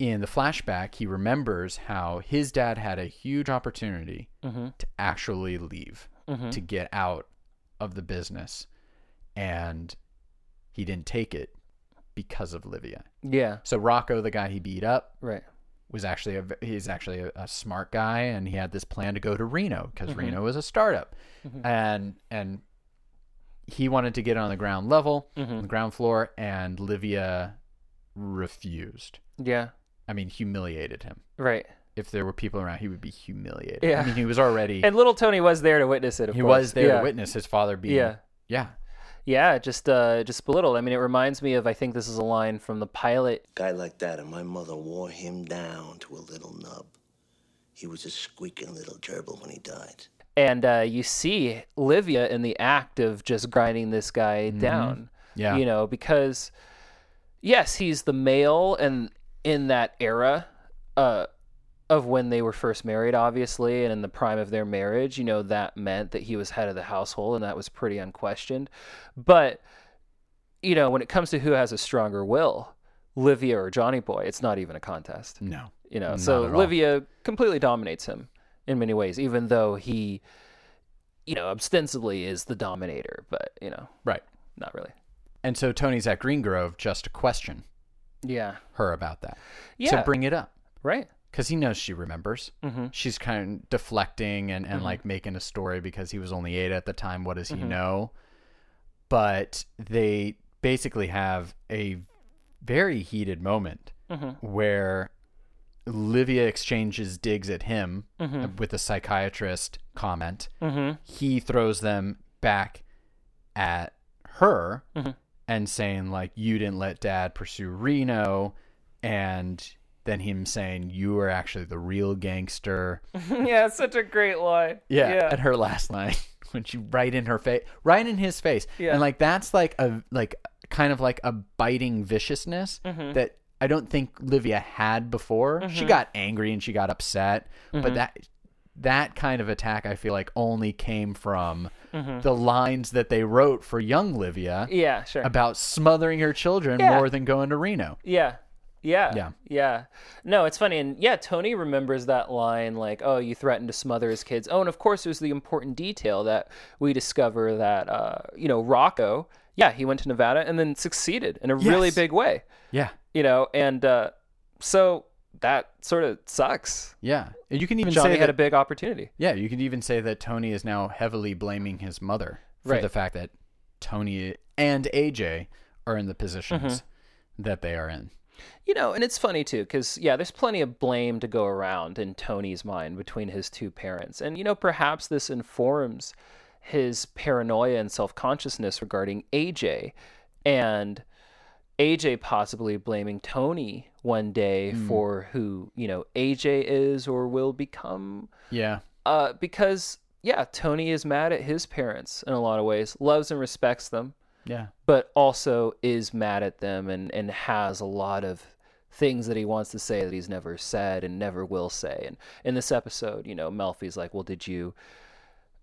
Speaker 1: in the flashback, he remembers how his dad had a huge opportunity
Speaker 2: Mm-hmm.
Speaker 1: to actually leave, to get out of the business, and he didn't take it because of Livia.
Speaker 2: yeah.
Speaker 1: So Rocco, the guy he beat up,
Speaker 2: Right.
Speaker 1: was actually a, he's actually a, a smart guy and he had this plan to go to Reno
Speaker 2: Mm-hmm.
Speaker 1: because Reno was a startup and and he wanted to get on the ground level
Speaker 2: Mm-hmm.
Speaker 1: on the ground floor and Livia refused
Speaker 2: Yeah.
Speaker 1: I mean humiliated him
Speaker 2: Right.
Speaker 1: if there were people around he would be humiliated
Speaker 2: Yeah.
Speaker 1: I mean he was already
Speaker 2: And little Tony was there to witness it. Of
Speaker 1: he
Speaker 2: course.
Speaker 1: was there
Speaker 2: yeah.
Speaker 1: to witness his father being
Speaker 2: Yeah.
Speaker 1: yeah
Speaker 2: Yeah. Just uh, just belittled. I mean, it reminds me of. I think this is a line from the pilot.
Speaker 5: Guy like that, and my mother wore him down to a little nub. He was a squeaking little gerbil when he died.
Speaker 2: and uh, you see Livia in the act of just grinding this guy down.
Speaker 1: Yeah.
Speaker 2: you know because yes, he's the male, and in that era uh, of when they were first married, obviously, and in the prime of their marriage, you know that meant that he was head of the household, and that was pretty unquestioned. But you know, when it comes to who has a stronger will, Livia or Johnny Boy, it's not even a contest
Speaker 1: no
Speaker 2: you know
Speaker 1: Not
Speaker 2: so
Speaker 1: at all.
Speaker 2: livia completely dominates him in many ways even though he you know ostensibly is the dominator but you know
Speaker 1: right
Speaker 2: not really
Speaker 1: and so Tony's at Greengrove just to question
Speaker 2: yeah
Speaker 1: her about that
Speaker 2: Yeah.
Speaker 1: to bring it up
Speaker 2: right
Speaker 1: because he knows she remembers. She's kind of deflecting and, and like making a story because he was only eight at the time. What does he know? But they basically have a very heated moment where Livia exchanges digs at him uh, with the psychiatrist comment. He throws them back at her and saying like, "You didn't let Dad pursue Reno," and then him saying, "You were actually the real gangster."
Speaker 2: yeah, it's such a great lie.
Speaker 1: Yeah, at her last line when she right in her face, right in his face,
Speaker 2: Yeah.
Speaker 1: and like that's like a like kind of like a biting viciousness
Speaker 2: Mm-hmm.
Speaker 1: that I don't think Livia had before. She got angry and she got upset,
Speaker 2: Mm-hmm.
Speaker 1: but that that kind of attack I feel like only came from the lines that they wrote for young Livia
Speaker 2: Mm-hmm. Yeah, sure.
Speaker 1: about smothering her children
Speaker 2: Yeah.
Speaker 1: more than going to Reno.
Speaker 2: Yeah. Yeah.
Speaker 1: Yeah.
Speaker 2: Yeah. No, it's funny. And yeah, Tony remembers that line like, oh, you threatened to smother his kids. Oh, and of course, there's the important detail that we discover that, uh, you know, Rocco, yeah, he went to Nevada and then succeeded in a really
Speaker 1: Yes.
Speaker 2: big way,
Speaker 1: Yeah.
Speaker 2: you know, and uh, so that sort of sucks.
Speaker 1: Yeah. And you can even
Speaker 2: Johnny
Speaker 1: say
Speaker 2: had
Speaker 1: that
Speaker 2: a big opportunity.
Speaker 1: Yeah, you could even say that Tony is now heavily blaming his mother for
Speaker 2: Right.
Speaker 1: the fact that Tony and AJ are in the positions that they are in.
Speaker 2: You know, and it's funny too, because, yeah, there's plenty of blame to go around in Tony's mind between his two parents. And, you know, perhaps this informs his paranoia and self consciousness regarding AJ and AJ possibly blaming Tony one day
Speaker 1: Hmm.
Speaker 2: for who, you know, AJ is or will become.
Speaker 1: Yeah.
Speaker 2: Uh, because, yeah, Tony is mad at his parents in a lot of ways, loves and respects them
Speaker 1: Yeah.
Speaker 2: but also is mad at them and, and has a lot of things that he wants to say that he's never said and never will say. And in this episode, you know, Melfi's like, Well, did you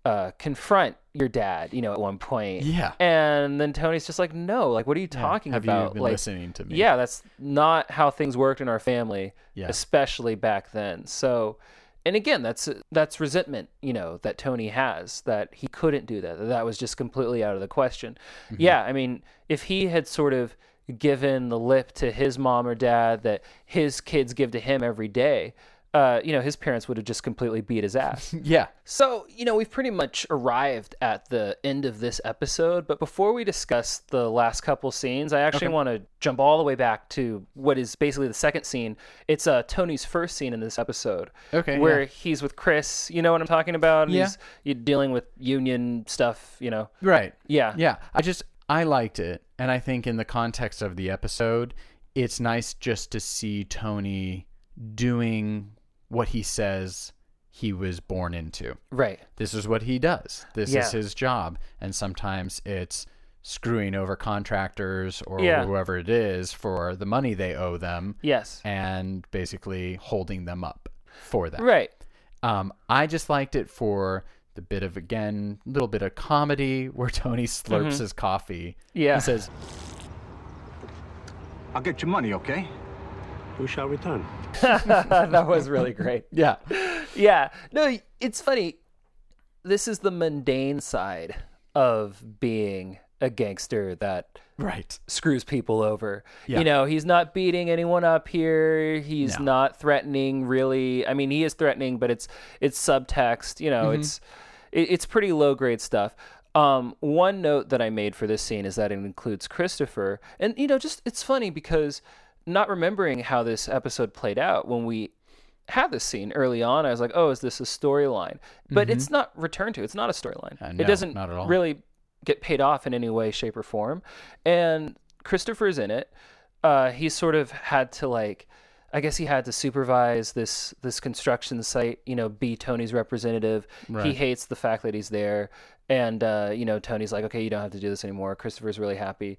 Speaker 2: uh, confront your dad, you know, at one point?
Speaker 1: Yeah.
Speaker 2: And then Tony's just like, No, like, what are you talking
Speaker 1: Have
Speaker 2: about?
Speaker 1: you been
Speaker 2: like,
Speaker 1: listening to me?
Speaker 2: Yeah, that's not how things worked in our family,
Speaker 1: Yeah.
Speaker 2: especially back then. So, and again, that's that's resentment, you know, that Tony has that he couldn't do that. that That was just completely out of the question. Yeah, I mean, if he had sort of given the lip to his mom or dad that his kids give to him every day, uh, you know, his parents would have just completely beat his ass.
Speaker 1: Yeah.
Speaker 2: So, you know, we've pretty much arrived at the end of this episode, but before we discuss the last couple scenes, I actually want to jump all the way back to what is basically the second scene. It's uh, Tony's first scene in this episode.
Speaker 1: Okay,
Speaker 2: Where
Speaker 1: yeah.
Speaker 2: he's with Chris. You know what I'm talking about? And
Speaker 1: Yeah.
Speaker 2: He's you dealing with union stuff, you know.
Speaker 1: Right.
Speaker 2: Yeah.
Speaker 1: Yeah. I just I liked it and I think in the context of the episode, it's nice just to see Tony doing what he says he was born into.
Speaker 2: Right.
Speaker 1: this is what he does. This
Speaker 2: Yeah.
Speaker 1: is his job. And sometimes it's screwing over contractors or
Speaker 2: Yeah.
Speaker 1: whoever it is for the money they owe them
Speaker 2: Yes.
Speaker 1: and basically holding them up for that.
Speaker 2: Right.
Speaker 1: Um, I just liked it for the bit of, again, little bit of comedy where Tony slurps his coffee.
Speaker 2: Mm-hmm. Yeah.
Speaker 1: He says,
Speaker 10: I'll get your money, okay?
Speaker 5: Who shall return?
Speaker 2: that was really great.
Speaker 1: yeah,
Speaker 2: yeah. No, it's funny. This is the mundane side of being a gangster that
Speaker 1: right.
Speaker 2: screws people over.
Speaker 1: Yeah.
Speaker 2: You know, he's not beating anyone up here. He's
Speaker 1: No.
Speaker 2: not threatening really. I mean, he is threatening, but it's it's subtext, you know,
Speaker 1: Mm-hmm.
Speaker 2: it's it, it's pretty low grade stuff. Um, one note that I made for this scene is that it includes Christopher. And you know, just it's funny because not remembering how this episode played out when we had this scene early on, I was like, "Oh, is this a storyline?" But it's not returned to. It's not a storyline.
Speaker 1: Mm-hmm. Uh,
Speaker 2: it
Speaker 1: no,
Speaker 2: doesn't
Speaker 1: not at all.
Speaker 2: really get paid off in any way, shape, or form. And Christopher's in it. Uh, he sort of had to like, I guess he had to supervise this this construction site. You know, be Tony's representative. He hates the fact that he's there, and uh, you know, Tony's like, okay, you don't have to do this anymore. Christopher's really happy.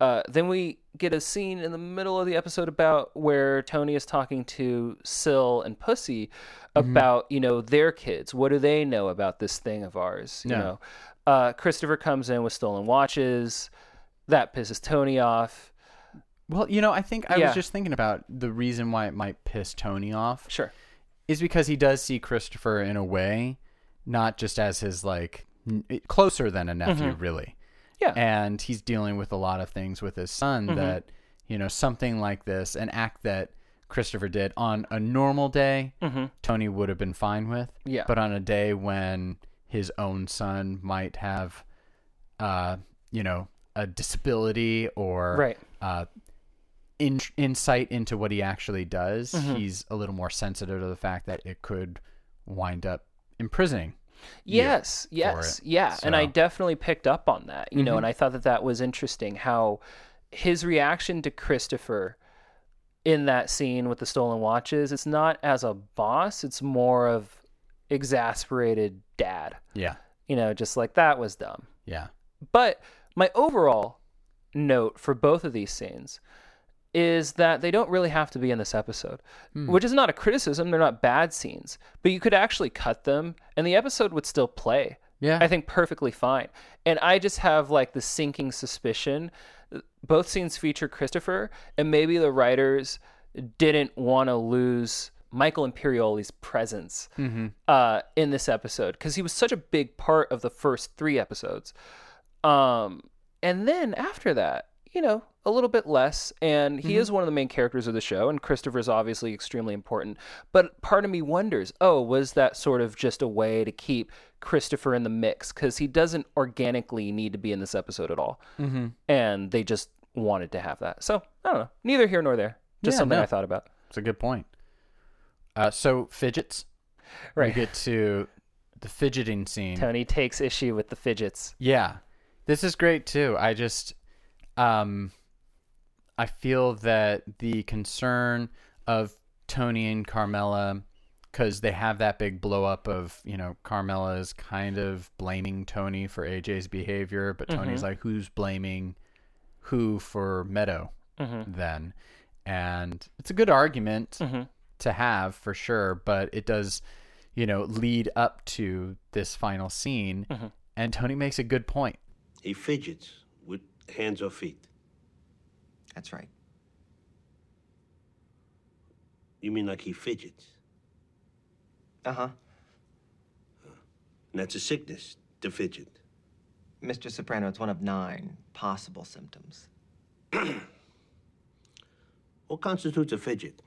Speaker 2: Uh, then we get a scene in the middle of the episode about where Tony is talking to Syl and Pussy about you know their kids. What do they know about this thing of ours? You
Speaker 1: Yeah.
Speaker 2: know, uh, Christopher comes in with stolen watches. That pisses Tony off.
Speaker 1: Well, you know, I think I
Speaker 2: Yeah.
Speaker 1: was just thinking about the reason why it might piss Tony off.
Speaker 2: Sure.
Speaker 1: is because he does see Christopher in a way, not just as his like n- closer than a nephew, really.
Speaker 2: Yeah.
Speaker 1: And he's dealing with a lot of things with his son
Speaker 2: Mm-hmm.
Speaker 1: that you know something like this, an act that Christopher did on a normal day, Tony would have been fine with.
Speaker 2: Mm-hmm. Yeah.
Speaker 1: But on a day when his own son might have, uh, you know, a disability or
Speaker 2: Right.
Speaker 1: uh, in, insight into what he actually does,
Speaker 2: Mm-hmm.
Speaker 1: he's a little more sensitive to the fact that it could wind up imprisoning.
Speaker 2: Yes,
Speaker 1: for
Speaker 2: yes,
Speaker 1: it.
Speaker 2: yeah. And I
Speaker 1: So- Mm-hmm.
Speaker 2: definitely picked up on that, you know, and I thought that that was interesting how his reaction to Christopher in that scene with the stolen watches, it's not as a boss, it's more of exasperated dad,
Speaker 1: Yeah,
Speaker 2: you know, just like that was dumb.
Speaker 1: yeah,
Speaker 2: But my overall note for both of these scenes is that they don't really have to be in this episode, which is not a criticism. They're not bad scenes, but you could actually cut them and the episode would still play.
Speaker 1: Yeah.
Speaker 2: I think perfectly fine. And I just have like the sinking suspicion. Both scenes feature Christopher, and maybe the writers didn't want to lose Michael Imperioli's presence uh, in this episode because he was such a big part of the first three episodes. Um, and then after that, you know, a little bit less. And he
Speaker 1: Mm-hmm.
Speaker 2: is one of the main characters of the show, and Christopher's obviously extremely important. But part of me wonders oh, was that sort of just a way to keep Christopher in the mix? Because he doesn't organically need to be in this episode at all. Mm-hmm. And they just wanted to have that. So I don't know. Neither here nor there. Just
Speaker 1: Yeah,
Speaker 2: something
Speaker 1: no.
Speaker 2: I thought about.
Speaker 1: it's a good point. Uh, so fidgets.
Speaker 2: Right.
Speaker 1: We get to the fidgeting scene.
Speaker 2: Tony takes issue with the fidgets.
Speaker 1: Yeah. This is great too. I just um I feel that the concern of Tony and Carmela cuz they have that big blow up of, you know, Carmela is kind of blaming Tony for AJ's behavior, but Tony's like who's blaming who for Meadow then? And it's a good argument to have for sure, but it does, you know, lead up to this final scene. And Tony makes a good point.
Speaker 5: He fidgets with hands or feet.
Speaker 10: That's right.
Speaker 5: You mean like he fidgets?
Speaker 10: Uh huh.
Speaker 5: And that's a sickness, the fidget.
Speaker 10: Mr. Soprano, it's one of nine possible symptoms.
Speaker 5: What constitutes a fidget?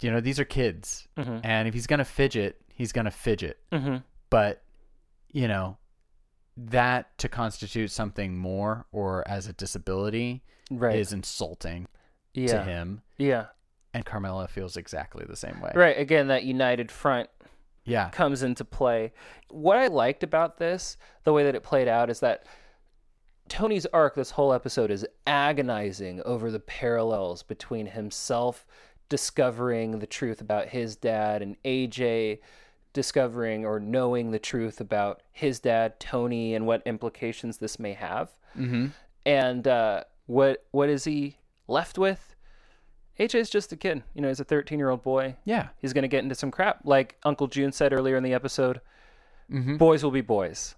Speaker 1: You know, these are kids.
Speaker 2: Mm-hmm.
Speaker 1: And if he's going to fidget, he's going to fidget. Mm-hmm. But, you know, that to constitute something more or as a disability
Speaker 2: Right.
Speaker 1: is insulting
Speaker 2: yeah.
Speaker 1: to him.
Speaker 2: Yeah.
Speaker 1: And Carmela feels exactly the same way.
Speaker 2: Right. Again, that united front
Speaker 1: Yeah.
Speaker 2: comes into play. What I liked about this, the way that it played out, is that Tony's arc this whole episode is agonizing over the parallels between himself discovering the truth about his dad and AJ discovering or knowing the truth about his dad, Tony, and what implications this may have. Mm-hmm. And uh, what what is he left with? AJ's just a kid. You know, he's a 13 year old boy
Speaker 1: Yeah.
Speaker 2: he's going to get into some crap. Like Uncle June said earlier in the episode,
Speaker 1: Mm-hmm.
Speaker 2: boys will be boys.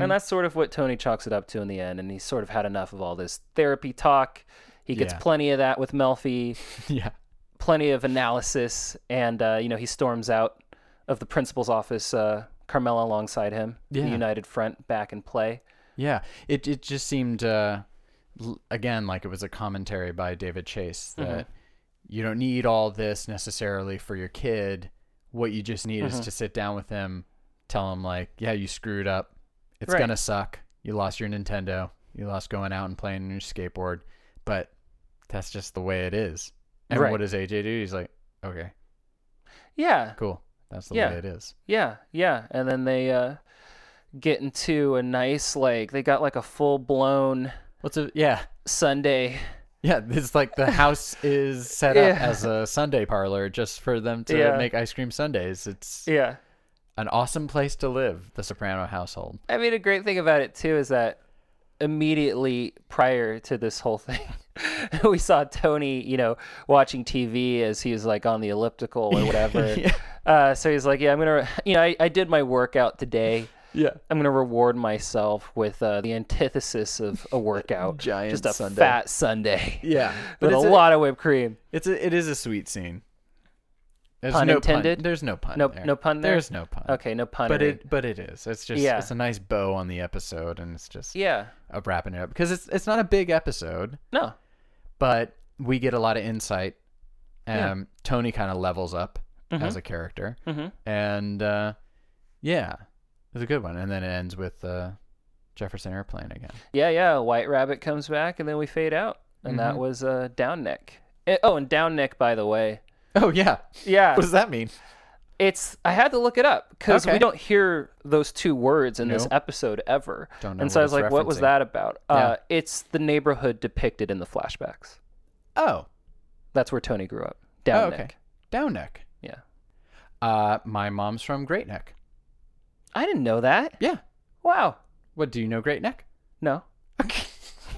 Speaker 2: And that's sort of what Tony chalks it up to in the end. And he's sort of had enough of all this therapy talk. He gets
Speaker 1: Yeah.
Speaker 2: plenty of that with Melfi,
Speaker 1: Yeah.
Speaker 2: plenty of analysis. And, uh, you know, he storms out of the principal's office, uh, Carmela alongside him,
Speaker 1: Yeah.
Speaker 2: the United Front back in play.
Speaker 1: Yeah, it it just seemed uh, l- again like it was a commentary by David Chase that you don't need all this necessarily for your kid. What you just need is to sit down with him, tell him like, yeah, you screwed up. It's
Speaker 2: Right.
Speaker 1: gonna suck. You lost your Nintendo. You lost going out and playing on your skateboard. But that's just the way it is. And
Speaker 2: Right.
Speaker 1: what does AJ do? He's like, okay,
Speaker 2: Yeah.
Speaker 1: cool. That's the
Speaker 2: Yeah.
Speaker 1: way it is.
Speaker 2: Yeah, yeah. And then they uh, get into a nice, like, they got like a full blown
Speaker 1: What's a yeah.
Speaker 2: Sunday
Speaker 1: Yeah, it's like the house is set up
Speaker 2: Yeah.
Speaker 1: as a Sunday parlor just for them to
Speaker 2: Yeah.
Speaker 1: make ice cream sundaes. It's
Speaker 2: Yeah.
Speaker 1: an awesome place to live, the Soprano household.
Speaker 2: I mean, a great thing about it, too, is that immediately prior to this whole thing, we saw Tony, you know, watching TV as he was like on the elliptical or whatever. uh, so he's like, yeah, I'm going to, you know, I, I did my workout today.
Speaker 1: Yeah.
Speaker 2: I'm going to reward myself with uh, the antithesis of a workout.
Speaker 1: Giant
Speaker 2: Just a
Speaker 1: Sunday.
Speaker 2: fat Sunday.
Speaker 1: Yeah.
Speaker 2: With a lot of whipped cream.
Speaker 1: It's a, it is a sweet scene. There's
Speaker 2: Pun
Speaker 1: no
Speaker 2: intended?
Speaker 1: Pun, there's no pun.
Speaker 2: No-
Speaker 1: there.
Speaker 2: no pun there?
Speaker 1: There's no pun.
Speaker 2: Okay, no pun.
Speaker 1: But it but it is. It's just
Speaker 2: Yeah.
Speaker 1: it's a nice bow on the episode, and it's just
Speaker 2: yeah.
Speaker 1: uh, wrapping it up because it's it's not a big episode,
Speaker 2: No.
Speaker 1: but we get a lot of insight. Um,
Speaker 2: Yeah. Mm-hmm.
Speaker 1: Tony kind of levels up as a character, and uh, yeah, it's a good one. And then it ends with uh, Jefferson Airplane again. Mm-hmm.
Speaker 2: Yeah, yeah. White Rabbit comes back, and then we fade out, and that was uh, Down Neck. Eh, oh, and Down Nick, by the way.
Speaker 1: Oh yeah.
Speaker 2: Yeah.
Speaker 1: What does that mean?
Speaker 2: It's I had to look it up because
Speaker 1: Okay.
Speaker 2: we don't hear those two words in this
Speaker 1: No.
Speaker 2: episode ever.
Speaker 1: Don't know
Speaker 2: and
Speaker 1: what
Speaker 2: so I was
Speaker 1: it's
Speaker 2: like, what was
Speaker 1: referencing.
Speaker 2: that about? Uh,
Speaker 1: Yeah.
Speaker 2: it's the neighborhood depicted in the flashbacks.
Speaker 1: Oh.
Speaker 2: That's where Tony grew up. Down
Speaker 1: oh, okay.
Speaker 2: Nick.
Speaker 1: Down neck.
Speaker 2: Yeah.
Speaker 1: Uh, my mom's from Great Neck.
Speaker 2: I didn't know that.
Speaker 1: Yeah.
Speaker 2: Wow.
Speaker 1: What do you know, Great Neck?
Speaker 2: No.
Speaker 1: Okay.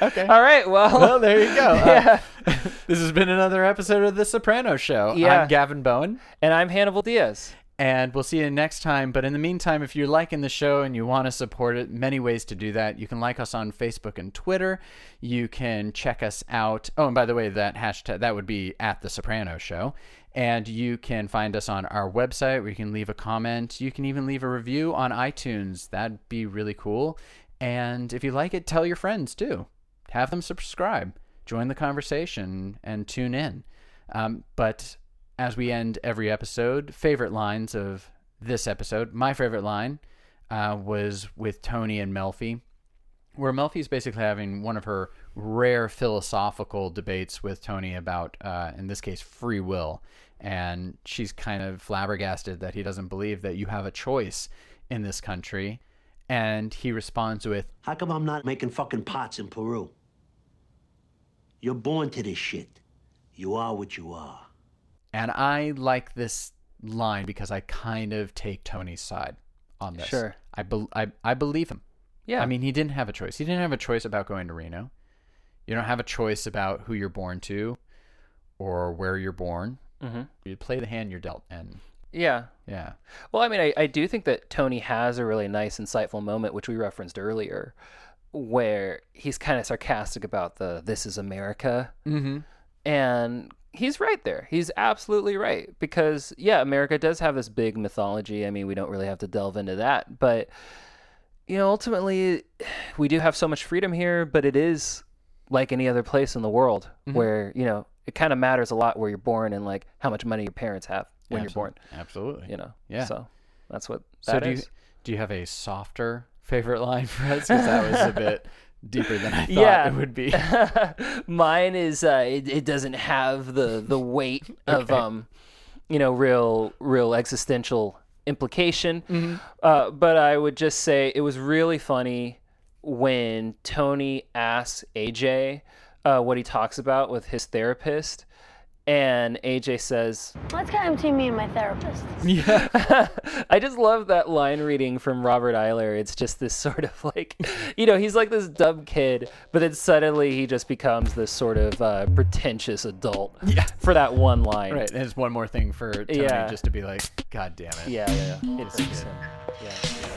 Speaker 1: okay.
Speaker 2: All right. Well.
Speaker 1: Well, there you go. Uh,
Speaker 2: yeah.
Speaker 1: this has been another episode of The Soprano Show.
Speaker 2: Yeah.
Speaker 1: I'm Gavin Bowen,
Speaker 2: And I'm Hannibal Diaz.
Speaker 1: and we'll see you next time. But in the meantime, if you're liking the show and you want to support it, many ways to do that. You can like us on Facebook and Twitter. You can check us out. Oh, and by the way, that hashtag that would be at The Soprano Show. And you can find us on our website where you can leave a comment. You can even leave a review on iTunes. That'd be really cool. And if you like it, tell your friends too. Have them subscribe, join the conversation, and tune in. Um, but as we end every episode, favorite lines of this episode, my favorite line uh, was with Tony and Melfi, where Melfi's basically having one of her rare philosophical debates with Tony about, uh, in this case, free will. And she's kind of flabbergasted that he doesn't believe that you have a choice in this country. And he responds with,
Speaker 5: How come I'm not making fucking pots in Peru? You're born to this shit. You are what you are.
Speaker 1: And I like this line because I kind of take Tony's side on this.
Speaker 2: Sure.
Speaker 1: I, bel I, I believe him.
Speaker 2: Yeah.
Speaker 1: I mean, he didn't have a choice. He didn't have a choice about going to Reno. You don't have a choice about who you're born to or where you're born. Mm-hmm. You play the hand you're dealt. And
Speaker 2: Yeah.
Speaker 1: yeah.
Speaker 2: Well, I mean, I, I do think that Tony has a really nice, insightful moment, which we referenced earlier, where he's kind of sarcastic about the "This is America,"
Speaker 1: Mm-hmm.
Speaker 2: and he's right there. He's absolutely right because yeah, America does have this big mythology. I mean, we don't really have to delve into that, but you know, ultimately, we do have so much freedom here, but it is like any other place in the world where you know it kind of matters a lot where you're born and like how much money your parents have when you're born
Speaker 1: Absolutely.
Speaker 2: you know.
Speaker 1: Yeah.
Speaker 2: So that's what
Speaker 1: so
Speaker 2: that
Speaker 1: do you,
Speaker 2: is.
Speaker 1: do you have a softer favorite line for us? Because that was a bit deeper than I thought
Speaker 2: Yeah.
Speaker 1: it would be.
Speaker 2: Mine is uh, it, it doesn't have the the weight of um, you know, real real existential implication.
Speaker 1: Mm-hmm.
Speaker 2: Uh, but I would just say it was really funny when Tony asks AJ uh, what he talks about with his therapist, and AJ says,
Speaker 7: Let's get him to me and my therapist.
Speaker 2: I just love that line reading from Robert Eiler. It's just this sort of like, you know, he's like this dumb kid, but then suddenly he just becomes this sort of uh, pretentious adult for that one line.
Speaker 1: Right. And it's one more thing for Tony
Speaker 2: Yeah.
Speaker 1: just to be like, God damn it.
Speaker 2: Yeah, yeah, yeah. It is
Speaker 1: That's
Speaker 2: so- yeah.